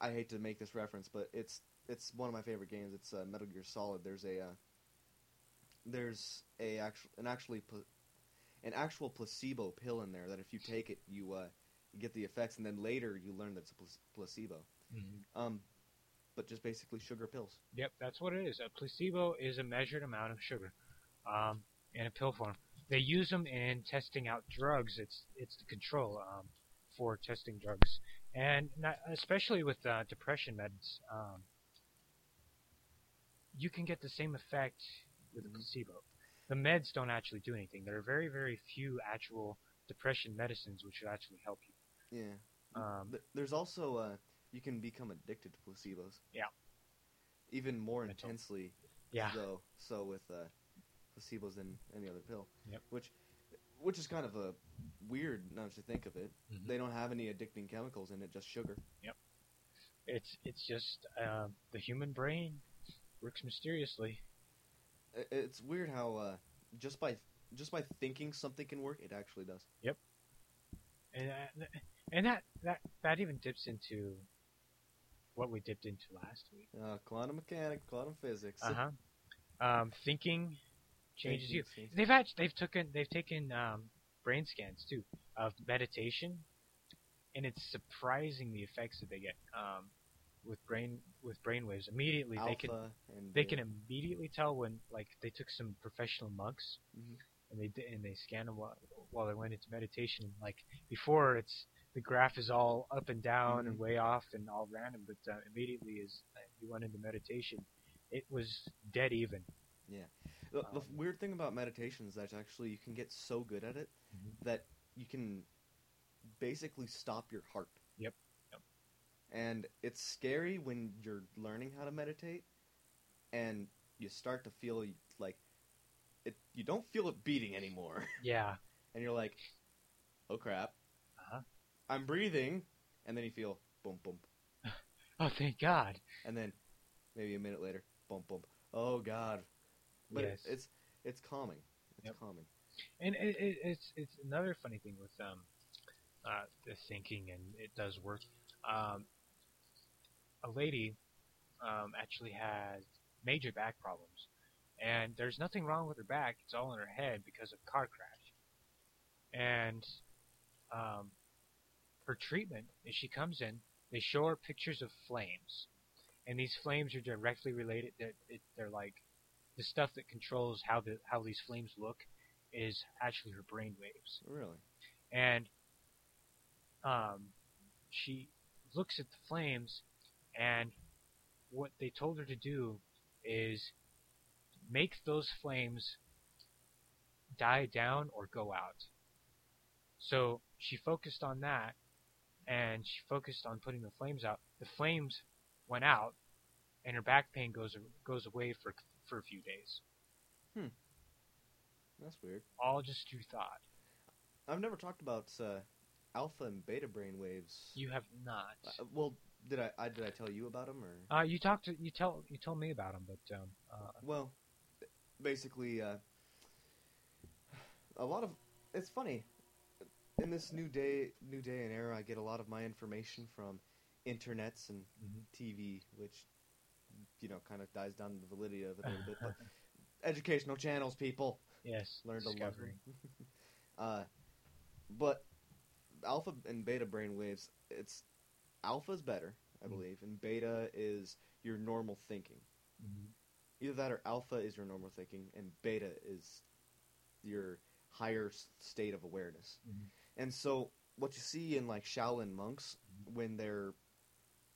Speaker 2: I hate to make this reference, but it's it's one of my favorite games. It's uh, Metal Gear Solid. There's a uh, there's a actual an actually pla- an actual placebo pill in there that if you take it, you uh, you get the effects, and then later you learn that it's a pla- placebo. Um, but just basically sugar pills.
Speaker 3: Yep, that's what it is. A placebo is a measured amount of sugar, um, in a pill form. They use them in testing out drugs. It's it's the control um, for testing drugs, and not, especially with uh, depression meds, um, you can get the same effect with a
Speaker 2: Mhm.
Speaker 3: placebo. The meds don't actually do anything. There are very very few actual depression medicines which will actually help you.
Speaker 2: Yeah.
Speaker 3: Um,
Speaker 2: Th- There's also uh, you can become addicted to placebos.
Speaker 3: Yeah.
Speaker 2: Even more
Speaker 3: Mental.
Speaker 2: intensely,
Speaker 3: yeah,
Speaker 2: though. So with uh, placebos than any other pill.
Speaker 3: Yep.
Speaker 2: Which, which is kind of a weird now that you think of it.
Speaker 3: Mhm.
Speaker 2: They don't have any addicting chemicals in it, just sugar.
Speaker 3: it's it's just um, the human brain works mysteriously.
Speaker 2: I- It's weird how uh, just by just by thinking something can work, it actually does.
Speaker 3: And uh, And that that that even dips into what we dipped into last week.
Speaker 2: Uh, quantum mechanics, quantum physics.
Speaker 3: Uh huh. Um, thinking changes you.
Speaker 2: Thinking changes-
Speaker 3: They've actually they've taken they've taken um, brain scans too of meditation, and it's surprising the effects that they get um, with brain with brain waves. Immediately they can
Speaker 2: Alpha and
Speaker 3: they
Speaker 2: beta.
Speaker 3: can immediately tell when like they took some professional monks
Speaker 2: Mhm.
Speaker 3: and they di- and they scanned them while, while they went into meditation like before it's the graph is all up and down and way off and all random but uh, immediately as you went into meditation it was dead even
Speaker 2: The, the
Speaker 3: Um,
Speaker 2: weird thing about meditation is that actually you can get so good at it
Speaker 3: Mhm.
Speaker 2: that you can basically stop your heart.
Speaker 3: Yep, yep.
Speaker 2: And it's scary when you're learning how to meditate, and you start to feel like it. You don't feel it beating anymore,
Speaker 3: yeah
Speaker 2: and you're like, "Oh crap,
Speaker 3: Uh-huh.
Speaker 2: I'm breathing," and then you feel boom, boom,
Speaker 3: oh thank god
Speaker 2: and then maybe a minute later, boom, boom. Oh god, but it-
Speaker 3: Yes.
Speaker 2: it's it's calming. It's
Speaker 3: Yep.
Speaker 2: calming.
Speaker 3: and it, it, it's it's another funny thing with um uh the thinking and it does work um a lady um actually has major back problems and there's nothing wrong with her back it's all in her head because of car crash and um her treatment is she comes in they show her pictures of flames and these flames are directly related that it, they're like the stuff that controls how the how these flames look is actually her brain waves.
Speaker 2: Really?
Speaker 3: And um, she looks at the flames, and what they told her to do is make those flames die down or go out. So she focused on that, and she focused on putting the flames out. The flames went out, and her back pain goes goes away for for a few days.
Speaker 2: That's weird.
Speaker 3: All just through thought.
Speaker 2: I've never talked about uh, alpha and beta brain waves.
Speaker 3: You have not.
Speaker 2: Uh, well, did I, I did I tell you about them or?
Speaker 3: Uh, you talked. To, you tell. You told me about them, but um, uh,
Speaker 2: well, basically, uh, a lot of it's funny. In this new day, new day and era, I get a lot of my information from internets and TV, which you know kind of dies down the validity of it a little bit. But educational channels, people.
Speaker 3: yes,
Speaker 2: learned to love
Speaker 3: discovery.
Speaker 2: Uh, but alpha and beta brainwaves, it's alpha's better, I
Speaker 3: Mhm.
Speaker 2: believe, and beta is your normal thinking.
Speaker 3: Mhm.
Speaker 2: Either that or alpha is your normal thinking, and beta is your higher s- state of awareness.
Speaker 3: Mhm.
Speaker 2: And so, what you see in like Shaolin monks when they're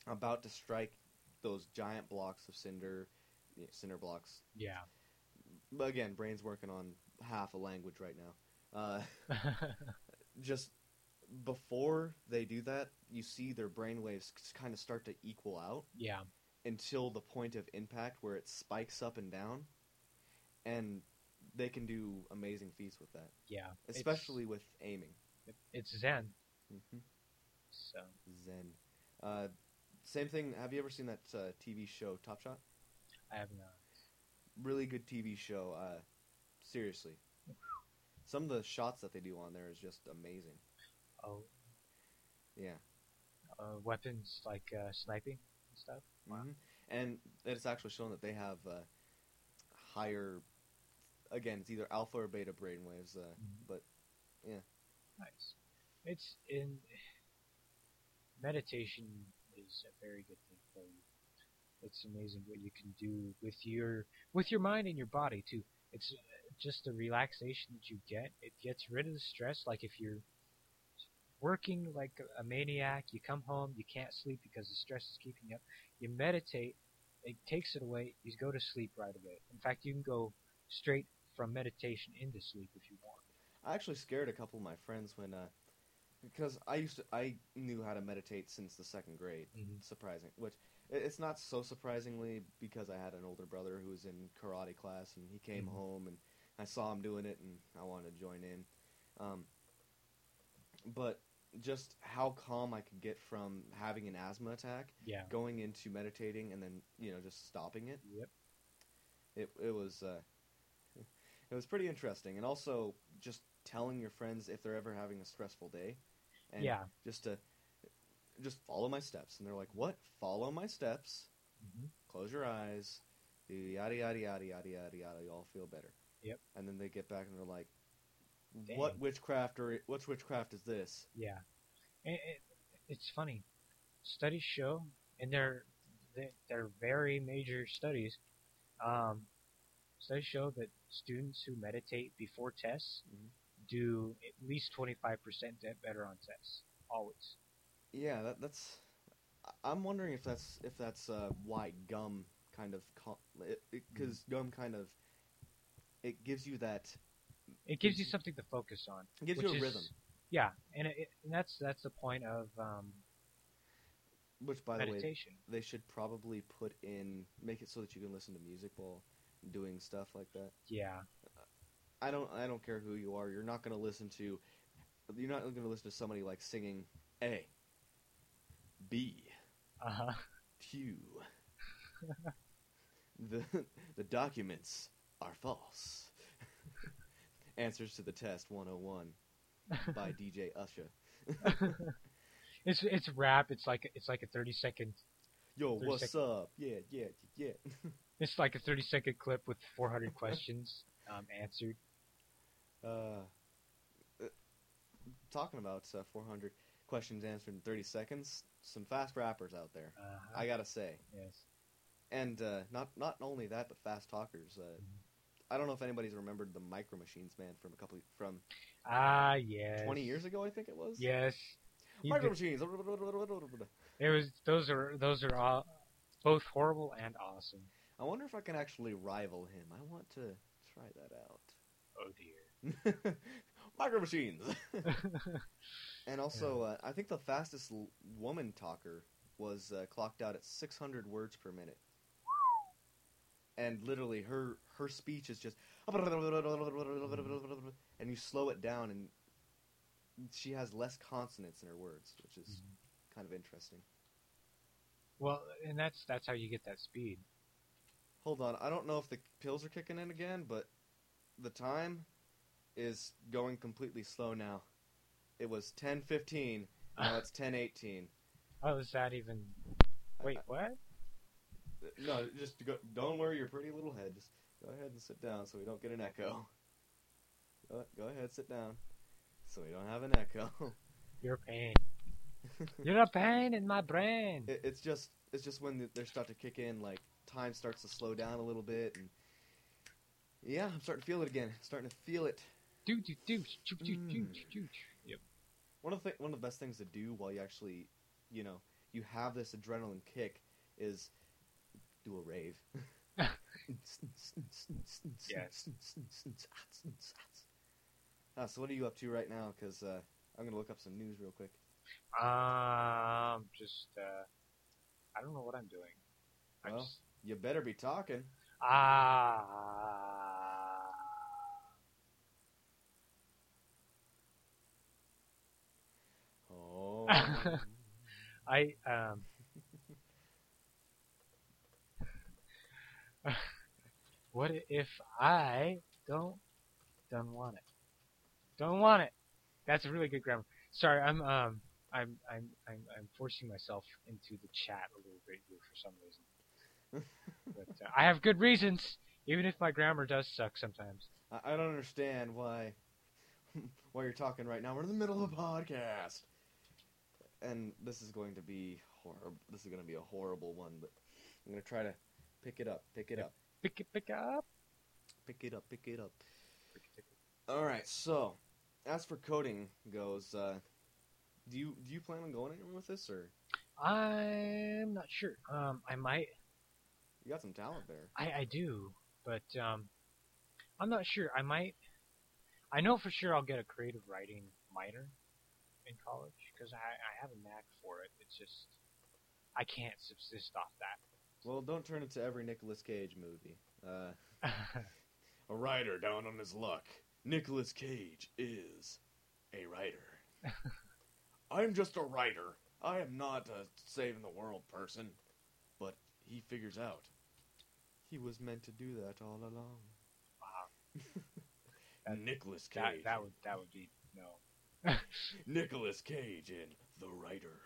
Speaker 2: about to strike those giant blocks of cinder, yeah, cinder blocks.
Speaker 3: Yeah.
Speaker 2: But again, brain's working on half a language right now. Uh, just before they do that, you see their brainwaves kind of start to equal out
Speaker 3: yeah.
Speaker 2: until the point of impact where it spikes up and down, and they can do amazing feats with that,
Speaker 3: Yeah. It's-
Speaker 2: especially with aiming.
Speaker 3: It's, Zen.
Speaker 2: Mm-hmm.
Speaker 3: So
Speaker 2: Zen. Uh, same thing. Have you ever seen that uh, TV show Top Shot?
Speaker 3: I have uh, not.
Speaker 2: Really good TV show. Uh, seriously, some of the shots that they do on there is just amazing.
Speaker 3: Oh,
Speaker 2: Yeah.
Speaker 3: uh, weapons like uh, sniping and stuff. Wow.
Speaker 2: Mhm. And it's actually shown that they have uh, higher, again, it's either alpha or beta brainwaves. Uh,
Speaker 3: Mhm.
Speaker 2: But
Speaker 3: Nice. It's in meditation is a very good thing for you. It's amazing what you can do with your with your mind and your body too. It's uh, just the relaxation that you get. It gets rid of the stress. Like if you're working like a- a maniac, you come home, you can't sleep because the stress is keeping you up. You meditate, it takes it away. You go to sleep right away. In fact, you can go straight from meditation into sleep if you want.
Speaker 2: I actually scared a couple of my friends when, uh, because I used to, I knew how to meditate since the second grade.
Speaker 3: Mm-hmm.
Speaker 2: Surprising, which i- it's not so surprisingly because I had an older brother who was in karate class and he came
Speaker 3: Mhm.
Speaker 2: home and I saw him doing it and I wanted to join in. Um, but just how calm I could get from having an asthma attack
Speaker 3: Yeah.
Speaker 2: going into meditating and then you know just stopping it
Speaker 3: Yep.
Speaker 2: it, it was uh, it was pretty interesting and also just telling your friends if they're ever having a stressful day and
Speaker 3: yeah.
Speaker 2: just to just follow my steps. And they're like, what? Follow my steps. Mm-hmm.
Speaker 3: hmm
Speaker 2: Close your eyes. do Yada yada yada yada yada yada. You all feel better.
Speaker 3: Yep.
Speaker 2: And then they get back and they're like,
Speaker 3: Dang.
Speaker 2: what witchcraft or what witchcraft is this?
Speaker 3: Yeah, it, it, it's funny. Studies show, and they're they- they're very major studies. Um, studies show that students who meditate before tests
Speaker 2: Mhm.
Speaker 3: do at least twenty five percent better on tests. Always.
Speaker 2: Yeah, that, that's. I- I'm wondering if that's if that's uh, why gum kind of
Speaker 3: Hmm.
Speaker 2: because gum kind of it gives you that
Speaker 3: It gives you something to focus on.
Speaker 2: it gives
Speaker 3: which
Speaker 2: you a
Speaker 3: is-
Speaker 2: rhythm.
Speaker 3: Yeah, and, it, it- and that's that's the point of um,
Speaker 2: Which, by the way,
Speaker 3: meditation.
Speaker 2: they should probably put in make it so that you can listen to music while doing stuff like that.
Speaker 3: Yeah.
Speaker 2: I don't I don't care who you are. You're not going to listen to you're not going to listen to somebody like singing A B
Speaker 3: Uh huh.
Speaker 2: Q. the the documents are false. Answers to the test 101 by DJ Usher.
Speaker 3: It's it's rap. It's like it's like a thirty second.
Speaker 2: Yo,
Speaker 3: Thirty
Speaker 2: what's
Speaker 3: seconds.
Speaker 2: up? Yeah, yeah, yeah.
Speaker 3: It's like a thirty second clip with four hundred questions um, answered.
Speaker 2: Uh, uh, talking about uh, 400 questions answered in 30 seconds. Some fast rappers out there,
Speaker 3: Uh-huh.
Speaker 2: I gotta say.
Speaker 3: yes.
Speaker 2: And uh, not not only that, but fast talkers. Uh,
Speaker 3: Mhm.
Speaker 2: I don't know if anybody's remembered the Micro Machines man from a couple from
Speaker 3: Ah, yes.
Speaker 2: 20 years ago, I think it was.
Speaker 3: Yes. He
Speaker 2: Micro
Speaker 3: did-
Speaker 2: Machines.
Speaker 3: There was those are those are all both horrible and awesome.
Speaker 2: I wonder if I can actually rival him. I want to try that
Speaker 3: Oh dear.
Speaker 2: out. Micro Machines. and also, uh, I think the fastest l- woman talker was uh, clocked out at 600 words per minute. And literally, her her speech is just, and you slow it down, and she has less consonants in her words, which is
Speaker 3: Mhm.
Speaker 2: kind of interesting.
Speaker 3: Well, and that's that's how you get that speed.
Speaker 2: Hold on, I don't know if the pills are kicking in again, but the time is going completely slow now. It was 10:15, now it's 10:18.
Speaker 3: Oh, is that even? Wait, what?
Speaker 2: No, just go, don't worry your pretty little head. Just go ahead and sit down so we don't get an echo. Go, go ahead, sit down so we don't have an echo.
Speaker 3: You're a pain. You're a pain in my brain.
Speaker 2: it, it's just it's just when they start to kick in, like time starts to slow down a little bit, and yeah, I'm starting to feel it again. Starting to feel it.
Speaker 3: Do do do do do do
Speaker 2: Mm.
Speaker 3: do. Yep.
Speaker 2: One of the one of the best things to do while you actually, you know, you have this adrenaline kick is do a rave.
Speaker 3: Yes.
Speaker 2: Uh, so what are you up to right now? Because uh, I'm gonna look up some news real quick.
Speaker 3: Um, just uh, I don't know what I'm doing. I'm
Speaker 2: Well.
Speaker 3: just,
Speaker 2: You better be talking.
Speaker 3: ah.
Speaker 2: Oh.
Speaker 3: I um. what if I don't don't want it? Don't want it. That's a really good grammar. Sorry, I'm um I'm I'm I'm, I'm forcing myself into the chat a little bit here for some reason. but uh, I have good reasons, even if my grammar does suck sometimes.
Speaker 2: I, I don't understand why why you're talking right now. We're in the middle of a podcast, and this is going to be horrible. This is going to be a horrible one, but I'm going to try to pick it up, pick it up,
Speaker 3: Pick it, pick up.
Speaker 2: pick it up, pick it up. All right. So, as for coding goes, uh, do you do you plan on going anywhere with this, or
Speaker 3: I'm not sure. Um, I might
Speaker 2: you got some talent there?
Speaker 3: I, I do, but um, I'm not sure. I might. I know for sure I'll get a creative writing minor in college because I, I have a knack for it. It's just I can't subsist off
Speaker 2: Well, don't turn it to every Nicolas Cage movie. Uh,
Speaker 3: that.
Speaker 2: a writer down on his luck. Nicolas Cage is a writer. I'm just a writer. I am not a saving the world person, but he figures out. He was meant to do that all along.
Speaker 3: Wow.
Speaker 2: Nicholas
Speaker 3: that that would that would be no.
Speaker 2: Nicholas Cage in The Writer.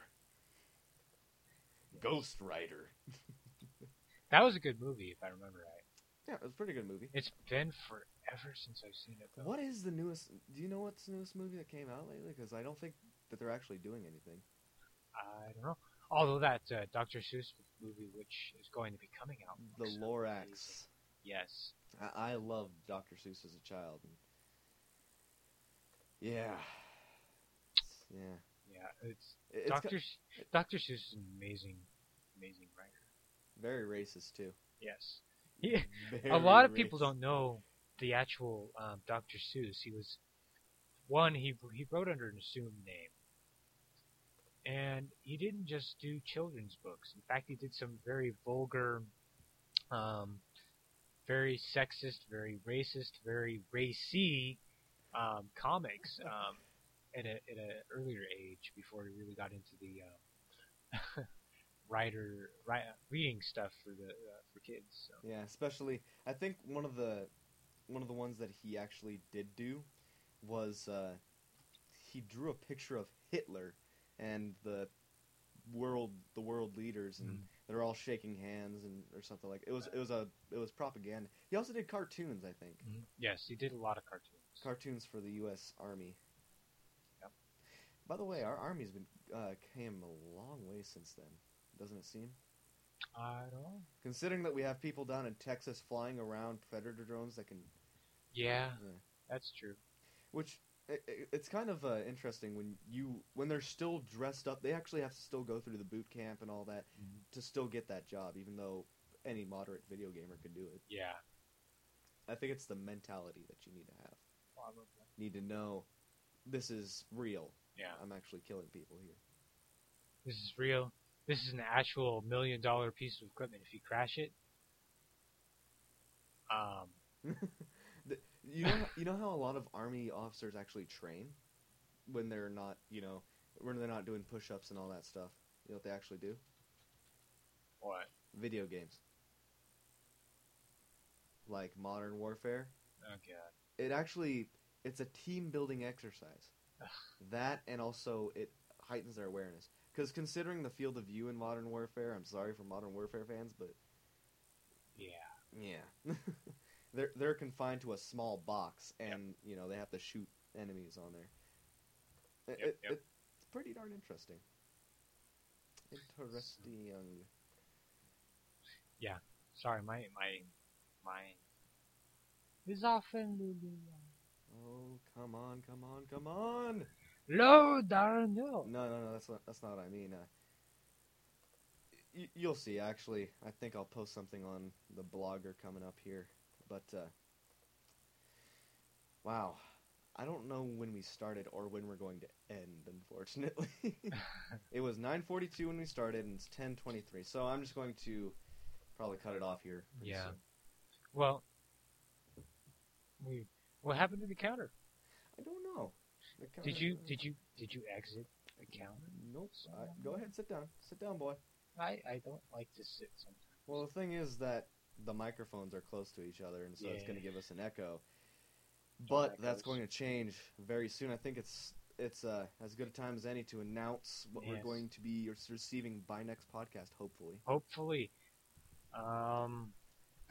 Speaker 2: Ghost Rider.
Speaker 3: That was a good movie, if I remember right.
Speaker 2: Yeah, it was a pretty good movie.
Speaker 3: It's been forever since I've seen it. Though.
Speaker 2: What is the newest? Do you know what's the newest movie that came out lately? Because I don't think that they're actually doing anything.
Speaker 3: I don't know. Although that uh, Dr. Seuss movie, which is going to be coming out,
Speaker 2: The
Speaker 3: looks amazing.
Speaker 2: Lorax.
Speaker 3: Yes.
Speaker 2: I, I loved Dr. Seuss as a child. And yeah, It's- yeah.
Speaker 3: Yeah. It's,
Speaker 2: It- It's
Speaker 3: Dr.
Speaker 2: got-
Speaker 3: S- Dr. Seuss is an amazing, amazing writer.
Speaker 2: very racist too.
Speaker 3: Yes. Yeah,
Speaker 2: Very
Speaker 3: a lot of people
Speaker 2: racist.
Speaker 3: don't know the actual um, Dr. Seuss. He was one. He he wrote under an assumed name, and he didn't just do children's books. In fact, he did some very vulgar, um, very sexist, very racist, very racy um, comics um, at a at an earlier age before he really got into the um, writer ri- reading stuff for the uh, for kids. So.
Speaker 2: Yeah, especially I think one of the one of the ones that he actually did do was uh, he drew a picture of Hitler and the world the world leaders and
Speaker 3: Mhm.
Speaker 2: they're all shaking hands and or something like it was it was a it was propaganda. He also did cartoons, I think.
Speaker 3: Yes, he did a lot of cartoons.
Speaker 2: Cartoons for the US Army.
Speaker 3: Yep.
Speaker 2: By the way, our army's been uh, came a long way since then, doesn't it seem?
Speaker 3: I don't know.
Speaker 2: Considering that we have people down in Texas flying around predator drones that can
Speaker 3: Yeah,
Speaker 2: Yeah.
Speaker 3: that's true.
Speaker 2: which i i- it's kind of uh, interesting when you when they're still dressed up they actually have to still go through the boot camp and all that
Speaker 3: Mhm.
Speaker 2: to still get that job even though any moderate video gamer could do it
Speaker 3: Yeah,
Speaker 2: i think it's the mentality that you need to have
Speaker 3: probably.
Speaker 2: you need to know this is real
Speaker 3: Yeah,
Speaker 2: i'm actually killing people here
Speaker 3: this is real. This is an actual million dollar piece of equipment. If you crash it, um,
Speaker 2: The- you know you know how a lot of army officers actually train when they're not you know when they're not doing push-ups and all that stuff you know what they actually do
Speaker 3: what?
Speaker 2: video games like modern warfare
Speaker 3: Oh god.
Speaker 2: it actually it's a team building exercise that and also it heightens their awareness because considering the field of view in modern warfare i'm sorry for modern warfare fans but
Speaker 3: Yeah.
Speaker 2: yeah they're they're confined to a small box and you know they have to shoot enemies on there It-
Speaker 3: Yep,
Speaker 2: it-
Speaker 3: yep.
Speaker 2: it's pretty darn interesting interesting
Speaker 3: Sorry, my my mine is often
Speaker 2: oh come on come on come on
Speaker 3: low down no.
Speaker 2: No, no, no. That's not. That's not what I mean. Uh, y- you'll see. Actually, I think I'll post something on the blogger coming up here. But uh, wow, I don't know when we started or when we're going to end. Unfortunately, it was 9:42 when we started, and it's 10:23. So I'm just going to probably cut it off here. pretty
Speaker 3: Yeah.
Speaker 2: soon.
Speaker 3: Well, we what happened to the counter?
Speaker 2: I don't know. The
Speaker 3: Did
Speaker 2: counter-
Speaker 3: you did you did you exit the counter?
Speaker 2: Nope. I, go ahead. Sit down. Sit down, boy.
Speaker 3: I I don't like to sit sometimes.
Speaker 2: Well, the thing is that the microphones are close to each other, and so it's going to
Speaker 3: Yeah.
Speaker 2: give us an echo. But
Speaker 3: that
Speaker 2: that's
Speaker 3: goes.
Speaker 2: going to change very soon. I think it's it's uh, as good a time as any to announce what we're
Speaker 3: Yes.
Speaker 2: going to be receiving by next podcast. Hopefully,
Speaker 3: Hopefully. Um,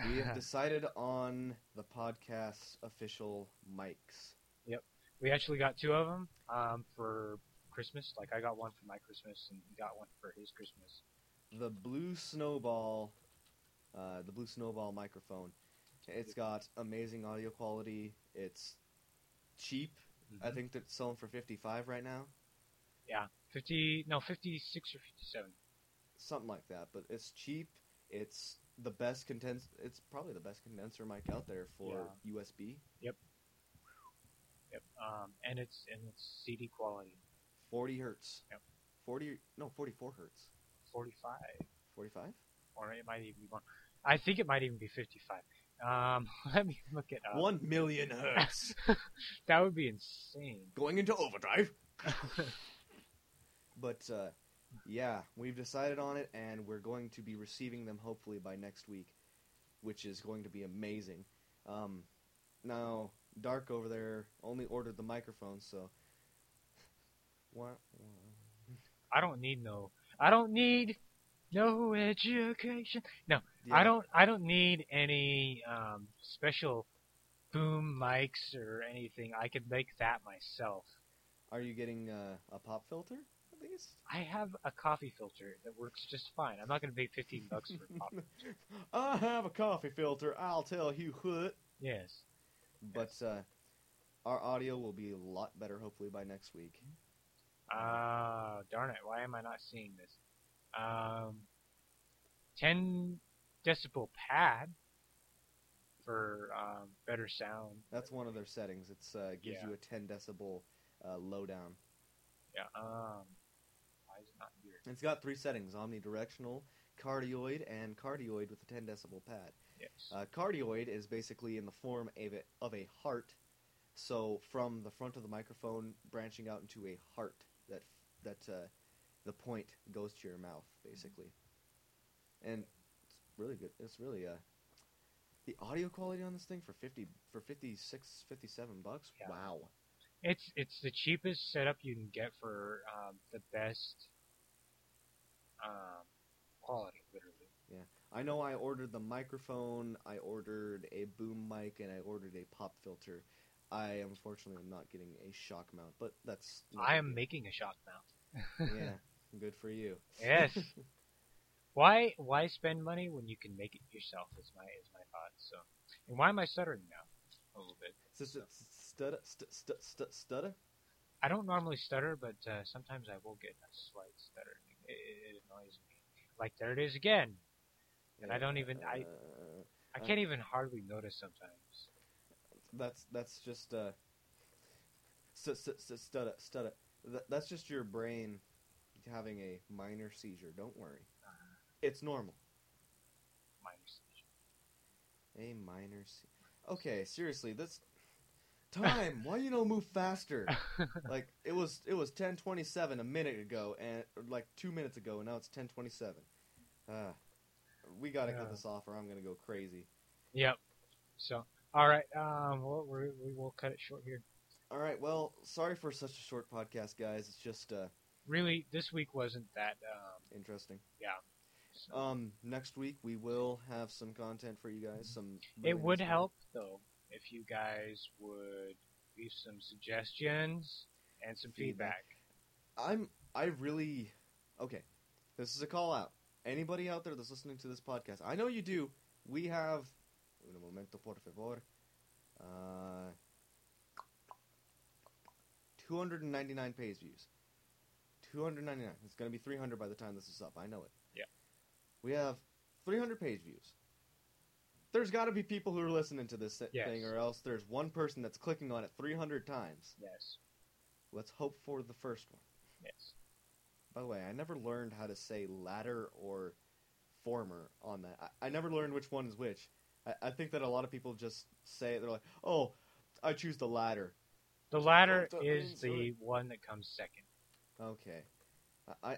Speaker 2: we have decided on the podcast's official mics.
Speaker 3: we actually got two of them um, for Christmas. Like I got one for my Christmas, and he got one for his Christmas.
Speaker 2: The Blue Snowball, uh, the Blue Snowball microphone. It's got amazing audio quality. It's cheap. I
Speaker 3: Mm-hmm.
Speaker 2: think they're selling for fifty five right now.
Speaker 3: fifty, no, fifty-six or fifty-seven.
Speaker 2: something like that. But it's cheap. It's the best condens. It's probably the best condenser mic out there for USB.
Speaker 3: Yep. Um, and it's and it's CD quality,
Speaker 2: Forty hertz.
Speaker 3: Yep.
Speaker 2: Forty no forty four hertz.
Speaker 3: forty-five,
Speaker 2: Forty five.
Speaker 3: or it might even be more. I think it might even be fifty-five. Um, let me look it up.
Speaker 2: One million hertz.
Speaker 3: That would be insane.
Speaker 2: Going into overdrive. But uh, yeah, we've decided on it, and we're going to be receiving them hopefully by next week, which is going to be amazing. Um, now, Dark over there only ordered the microphone, so Wah, wah.
Speaker 3: I don't need no. I don't need no education. No, I
Speaker 2: Yeah.
Speaker 3: don't. I don't need any um, special boom mics or anything. I could make that myself.
Speaker 2: Are you getting uh, a pop filter at least?
Speaker 3: I have a coffee filter that works just fine. I'm not going to pay 15 bucks for a coffee.
Speaker 2: I have a coffee filter. I'll tell you what.
Speaker 3: Yes.
Speaker 2: But uh, our audio will be a lot better hopefully by next week.
Speaker 3: Ah, darn it. Why am I not seeing this? Um, 10 decibel pad for um, better sound.
Speaker 2: That's one of their settings. It's uh, gives
Speaker 3: Yeah.
Speaker 2: you a 10 decibel uh, lowdown.
Speaker 3: Yeah. Um, why is it not here?
Speaker 2: It's got three settings: omnidirectional, cardioid, and cardioid with a 10 decibel pad.
Speaker 3: Yes.
Speaker 2: Uh, cardioid is basically in the form of a, of a heart. So from the front of the microphone, branching out into a heart that that uh, the point goes to your mouth, basically. And it's really good. It's really uh, the audio quality on this thing for fifty for 56, 57 bucks.
Speaker 3: Yeah.
Speaker 2: Wow.
Speaker 3: It's it's the cheapest setup you can get for um, the best um, quality, literally.
Speaker 2: I know I ordered the microphone, I ordered a boom mic, and I ordered a pop filter. I unfortunately am not getting a shock mount, but that's no
Speaker 3: I am
Speaker 2: big
Speaker 3: making a shock mount.
Speaker 2: deal. yeah, good for you.
Speaker 3: Yes. why why spend money when you can make it yourself? Is my is my thought. So, and why am I stuttering now? A little bit.
Speaker 2: So, so, stutter, stu- stu- stu- stutter.
Speaker 3: I don't normally stutter, but uh, sometimes I will get a slight stutter. It, it, it annoys me. Like there it is again. And I don't even- I-
Speaker 2: Uh,
Speaker 3: I
Speaker 2: Uh.
Speaker 3: can't even hardly notice sometimes.
Speaker 2: That's that's just uh. Stu- stu- stu- stutter, stutter. Th- That's just your brain having a minor seizure. Don't worry,
Speaker 3: uh,
Speaker 2: it's normal.
Speaker 3: Minor seizure.
Speaker 2: A minor C. Okay, seriously, this time. why you don't move faster? like it was it was ten twenty seven a minute ago, and or, like two minutes ago, and now it's ten twenty seven. Uh, we gotta
Speaker 3: Yeah.
Speaker 2: cut this off, or I'm gonna go crazy.
Speaker 3: Yep. So, all right. Um, well, we're, we will cut it short here.
Speaker 2: All right, well, sorry for such a short podcast, guys. It's just uh,
Speaker 3: Really, this week wasn't that. Um,
Speaker 2: interesting.
Speaker 3: so-
Speaker 2: Um, next week we will have some content for you guys. Some really
Speaker 3: it would
Speaker 2: nice-
Speaker 3: help though if you guys would leave some suggestions and some feedback.
Speaker 2: Feedback. I'm I really okay. This is a call out. Anybody out there that's listening to this podcast, I know you do. We have un momento por favor. Uh, 299 page views. 299. It's going to be 300 by the time this is up. I know it.
Speaker 3: Yeah.
Speaker 2: We have 300 page views. There's got to be people who are listening to this
Speaker 3: Yes.
Speaker 2: thing, or else there's one person that's clicking on it 300 times.
Speaker 3: Yes.
Speaker 2: Let's hope for the first one.
Speaker 3: Yes.
Speaker 2: By the way, I never learned how to say latter or former on that. I, I never learned which one is which. I, I think that a lot of people just say it. They're like, oh, I choose the latter.
Speaker 3: The latter
Speaker 2: Don't- don't
Speaker 3: is
Speaker 2: enjoy
Speaker 3: the one that comes second.
Speaker 2: Okay. I, I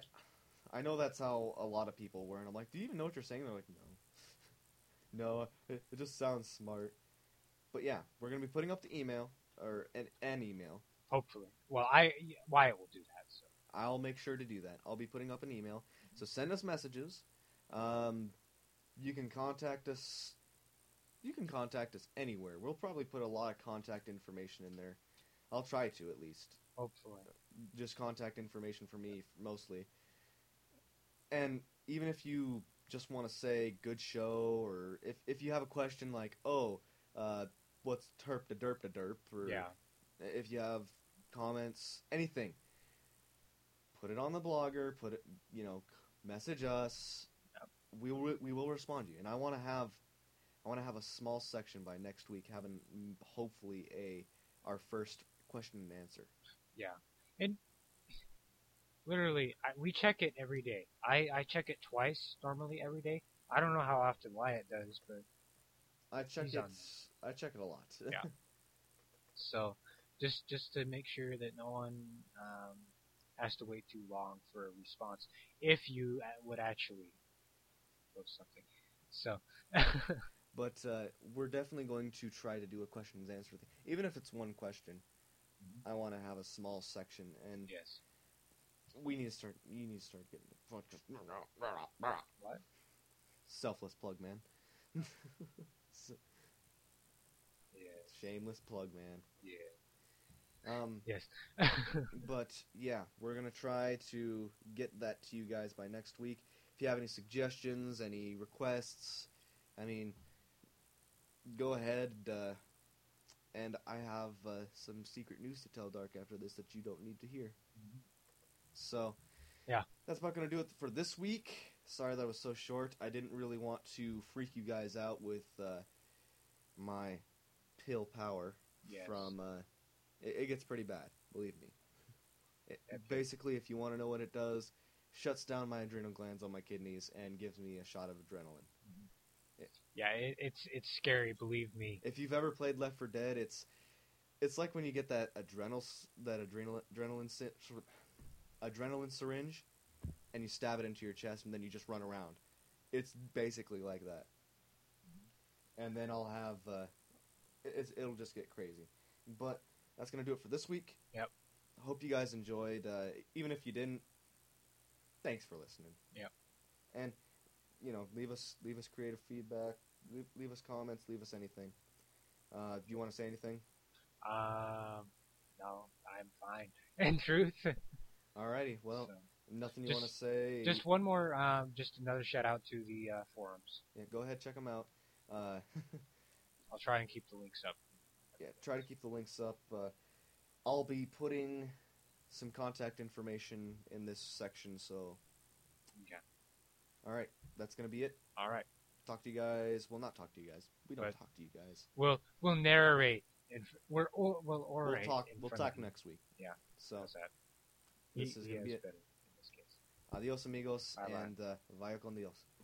Speaker 2: I know that's how a lot of people were, and I'm like, do you even know what you're saying? They're like, no. no, it, it just sounds smart. But yeah, we're going to be putting up the email, or an, an email.
Speaker 3: Hopefully. Well, I why it will do that. So
Speaker 2: I'll make sure to do that. I'll be putting up an email. So send us messages. Um, you can contact us. You can contact us anywhere. We'll probably put a lot of contact information in there. I'll try to at least.
Speaker 3: hopefully.
Speaker 2: Just contact information for me mostly. And even if you just want to say good show, or if, if you have a question like, oh, uh, what's terp to derp to derp, or
Speaker 3: Yeah.
Speaker 2: if you have comments, anything, put it on the blogger. Put it, you know, message us. We will we will respond to you. And I want to have, I want to have a small section by next week, having mm, hopefully a our first question and answer.
Speaker 3: Literally, I, we check it every day. I I check it twice normally every day. I don't know how often Wyatt does, but
Speaker 2: I check
Speaker 3: He's
Speaker 2: it.
Speaker 3: on
Speaker 2: I check it a lot.
Speaker 3: Yeah. So just just to make sure that no one um, has to wait too long for a response, if you a- would actually post something. So
Speaker 2: but uh, we're definitely going to try to do a questions answer thing, even if it's one question. I want to have a small section and.
Speaker 3: yes,
Speaker 2: we need to start. You need to start getting
Speaker 3: What?
Speaker 2: Selfless plug, man. S-
Speaker 3: Yeah.
Speaker 2: Shameless plug, man.
Speaker 3: Yeah.
Speaker 2: Um,
Speaker 3: Yes.
Speaker 2: but yeah, we're gonna try to get that to you guys by next week. If you have any suggestions, any requests, I mean, go ahead. Uh, and I have uh, some secret news to tell Dark after this that you don't need to hear.
Speaker 3: Mhm.
Speaker 2: So
Speaker 3: Yeah.
Speaker 2: that's about gonna do it for this week. Sorry that was so short. I didn't really want to freak you guys out with uh, my pill power
Speaker 3: Yes.
Speaker 2: from uh, it, it gets pretty bad believe me it,
Speaker 3: Gotcha.
Speaker 2: basically if you want to know what it does shuts down my adrenal glands on my kidneys and gives me a shot of adrenaline
Speaker 3: Yeah, it, it's it's scary, believe me.
Speaker 2: if you've ever played left for dead it's it's like when you get that adrenal s- that adrenal adrenaline sy- syr- adrenaline syringe and you stab it into your chest and then you just run around it's basically like that
Speaker 3: Mm-hmm.
Speaker 2: and then i'll have uh, it- it's, it'll just get crazy but that's gonna do it for this week
Speaker 3: Yep.
Speaker 2: hope you guys enjoyed uh, even if you didn't thanks for listening
Speaker 3: Yep.
Speaker 2: and you know leave us leave us creative feedback leave, leave us comments leave us anything uh, do you want to say anything
Speaker 3: Um, no, I'm fine. In truth.
Speaker 2: alrighty well
Speaker 3: So,
Speaker 2: nothing you
Speaker 3: just-
Speaker 2: want to say
Speaker 3: just one more, um, just another shout out to the uh, forums.
Speaker 2: yeah, go ahead check them out uh,
Speaker 3: I'll try and keep the links up.
Speaker 2: yeah, try to keep the links up. Uh, I'll be putting some contact information in this section. So,
Speaker 3: Okay.
Speaker 2: all right, that's gonna be it.
Speaker 3: All right.
Speaker 2: Talk to you guys. Well, not talk to you guys. We don't
Speaker 3: Right.
Speaker 2: talk to you guys.
Speaker 3: We'll we'll narrate. In, fr- we're or, we'll orate.
Speaker 2: we'll talk.
Speaker 3: in
Speaker 2: We'll
Speaker 3: front
Speaker 2: talk
Speaker 3: of you.
Speaker 2: next week.
Speaker 3: Yeah.
Speaker 2: So,
Speaker 3: How's that?
Speaker 2: this
Speaker 3: He-
Speaker 2: is
Speaker 3: he
Speaker 2: gonna be it.
Speaker 3: better in this case.
Speaker 2: adios amigos
Speaker 3: Bye-bye.
Speaker 2: and uh, vaya con dios.